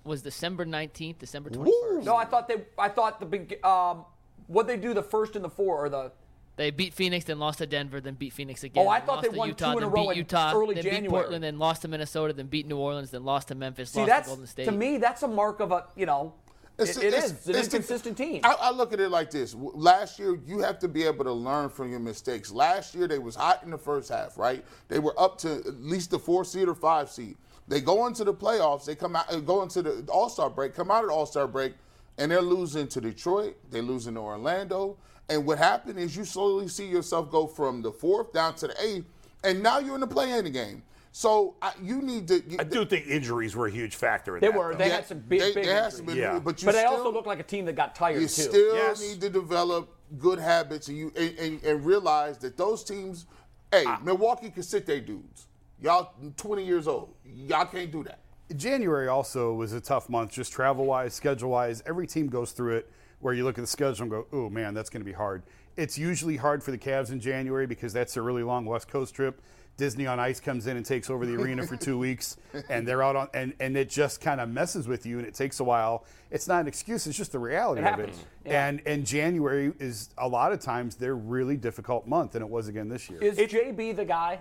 was December 19th, December 21st.
No, I thought they I thought the big um what they do the first and the four or the
They beat Phoenix, then lost to Denver, then beat Phoenix again.
Oh, I
then
thought
lost
they
to
won
Utah,
two in a
then
row
beat
in
Utah,
early
then beat
January.
Portland, then lost to Minnesota, then beat New Orleans, then lost to Memphis,
See
lost
that's
to Golden State.
to me that's a mark of a you know it, it is. It's an
the-
inconsistent team.
I, I look at it like this: W- last year, you have to be able to learn from your mistakes. Last year, they was hot in the first half, right? They were up to at least the four seed or five seed. They go into the playoffs. They come out, uh, go into the All Star break, come out of the All Star break, and they're losing to Detroit. They're losing to Orlando. And what happened is you slowly see yourself go from the fourth down to the eighth, and now you're in the play-in game. So I, you need to.
I do think injuries were a huge factor in
They
that.
were.
though.
They had some big,
they,
big
they had some
injuries.
injuries,
Yeah.
but you
But they
still,
also look like a team that got tired
you
too.
still
Yes.
need to develop good habits and you and, and, and realize that those teams hey milwaukee can sit their dudes y'all 20 years old y'all can't do that
January also was a tough month, just travel wise, schedule wise. Every team goes through it where you look at the schedule and go, oh man, that's going to be hard. It's usually hard for the Cavs in January because that's a really long West Coast trip. Disney on Ice comes in and takes over the arena for two weeks, and they're out on and, and it just kind of messes with you, and it takes a while. It's not an excuse; it's just the reality
It
of it.
happens.
And and January is a lot of times their really difficult month, and it was again this year.
Is JB the guy?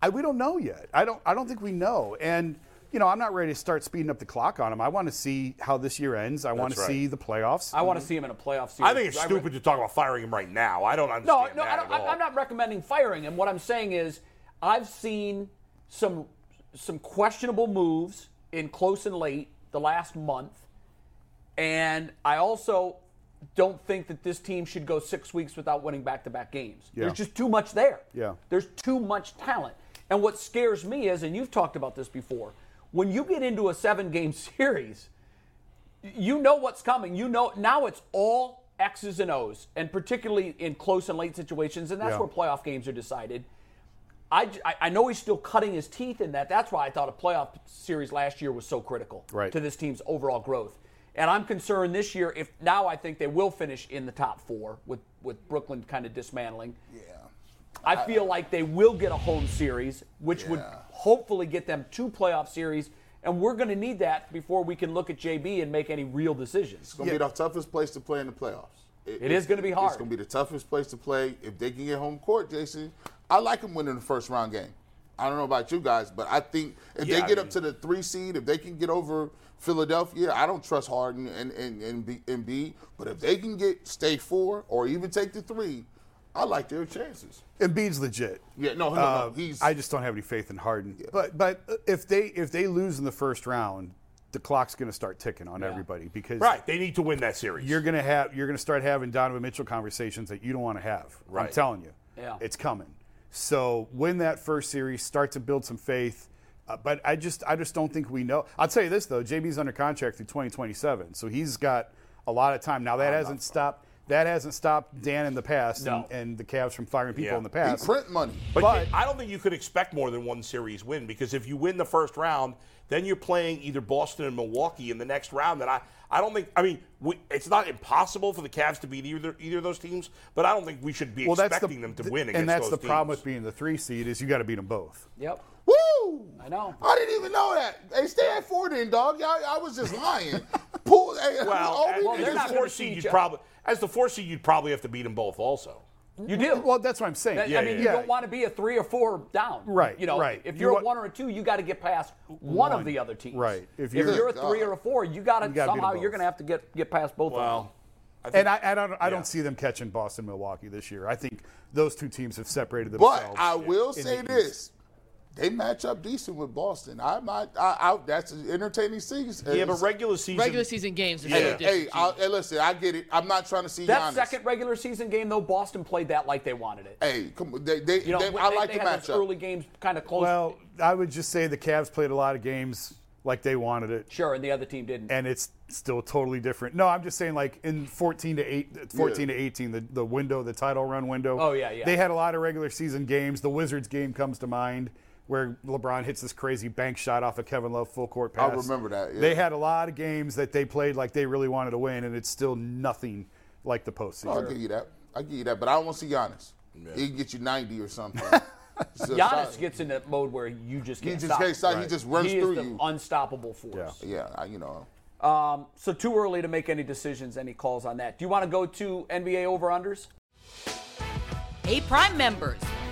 I, we don't know yet. I don't. I don't think we know. And you know, I'm not ready to start speeding up the clock on them. I want to see how this year ends. I want to
That's right.
see the playoffs.
I want to see him in a playoff series.
I think it's stupid to talk about firing him right now. I don't
No,
understand
no, I
that
don't,
at all.
I'm not recommending firing him. What I'm saying is, I've seen some some questionable moves in close and late the last month, and I also don't think that this team should go six weeks without winning back-to-back games.
Yeah.
There's just too much there.
Yeah.
There's too much talent. And what scares me is, and you've talked about this before, when you get into a seven-game (laughs) series you know what's coming. You know now it's all X's and O's, and particularly in close and late situations, and that's
Yeah.
where playoff games are decided. I, j- I- I know he's still cutting his teeth in that. That's why I thought a playoff series last year was so critical
Right.
to this team's overall growth. And I'm concerned this year if now I think they will finish in the top four with, with Brooklyn kind of dismantling. Yeah. I feel like they will get a home series, which would hopefully get them two playoff series. And we're going to need that before we can look at JB and make any real decisions.
It's gonna be the toughest place to play in the playoffs.
It is gonna be hard.
It's gonna be the toughest place to play if they can get home court, Jason. I like them winning the first round game. I don't know about you guys, but I think if
Yeah,
they
I
get up
mean-
to the three seed, if they can get over Philadelphia, I don't trust Harden and and and B, and B but if they can get stay four or even take the three, I like their chances.
Embiid's legit.
Yeah, no, no, no,
Uh,
he's-
I just don't have any faith in Harden. But but uh, if they if they lose in the first round, the clock's going to start ticking on everybody because
Right. They need to win that series.
you're going to have you're going to start having Donovan Mitchell conversations that you don't want to have. I'm
Right.
telling you,
Yeah.
it's coming. So win that first series, start to build some faith. Uh, but I just I just don't think we know. I'll tell you this though, JB's under contract through 2027, so he's got a lot of time now. That hasn't stopped. That hasn't stopped Dan in the past
No.
and, and the Cavs from firing people
Yeah.
in the
He
past.
print money.
But,
But-
I don't think you could expect more than one series win because if you win the first round, then you're playing either Boston and Milwaukee in the next round. And I, I don't think. I mean, we, it's not impossible for the Cavs to beat either either of those teams, but I don't think we should be expecting them to
th-
win against
And that's
those
the problem
teams.
with being the three seed is you got to beat them both.
Yep.
Woo!
I know.
I didn't even know that. Hey, stay at four then, dog. I, I was just lying. (laughs) Pull. Hey, all
Well,
we
well
did is-
they're
as
not
the
gonna
four
see
seed,
each
you
other.
probably as the four seed, you'd probably have to beat them both also.
You do.
Well, that's what I'm saying.
I mean, you
yeah.
don't want to be a three or four down.
Right,
You know,
right.
if
You
you're a
want-
one or a two, you got to get past one,
One.
of the other teams.
Right. If
If you're,
you're-
a three or a four, you got to
gotta beat 'em
somehow
both.
you're going to have to get get past both of them.
Well,
and I, I don't, I
Yeah.
don't see them catching Boston, Milwaukee this year. I think those two teams have separated
But
themselves.
I will
in
say
the
this:
East.
they match up decent with Boston. I'm not. I, I, that's an entertaining season.
yeah, but regular season.
Regular season games are
Yeah.
so different.
Hey, I, hey, listen. I get it. I'm not trying to see
That
Giannis.
second regular season game, though, Boston played that like they wanted it.
Hey, come on. They, they,
You know,
they,
when
I
they-
like
they
the
had those
matchup.
early games kind of close.
Well, I would just say the Cavs played a lot of games like they wanted it,
sure, and the other team didn't.
Mm-hmm.
and it's still totally different. No, I'm just saying like in 14 to 8, 14 to 18, the, the window, the title run window.
Oh, yeah, yeah.
They had a lot of regular season games. The Wizards game comes to mind. Where LeBron hits this crazy bank shot off a Kevin Love full court pass.
remember that, yeah.
They had a lot of games that they played like they really wanted to win, and it's still nothing like the postseason.
I'll give Oh, you that. I'll give you that. But I don't want to see Giannis. He can get you 90 or
(laughs)
something. so,
Giannis gets in that mode where you just
He
can't
just
stop.
can't stop. He just runs
he
through
is the
you.
unstoppable force. Um,
Yeah.
yeah, I, you know.
So too early to make any decisions, any calls on that. Do you want to go to NBA over unders?
Hey, Prime members,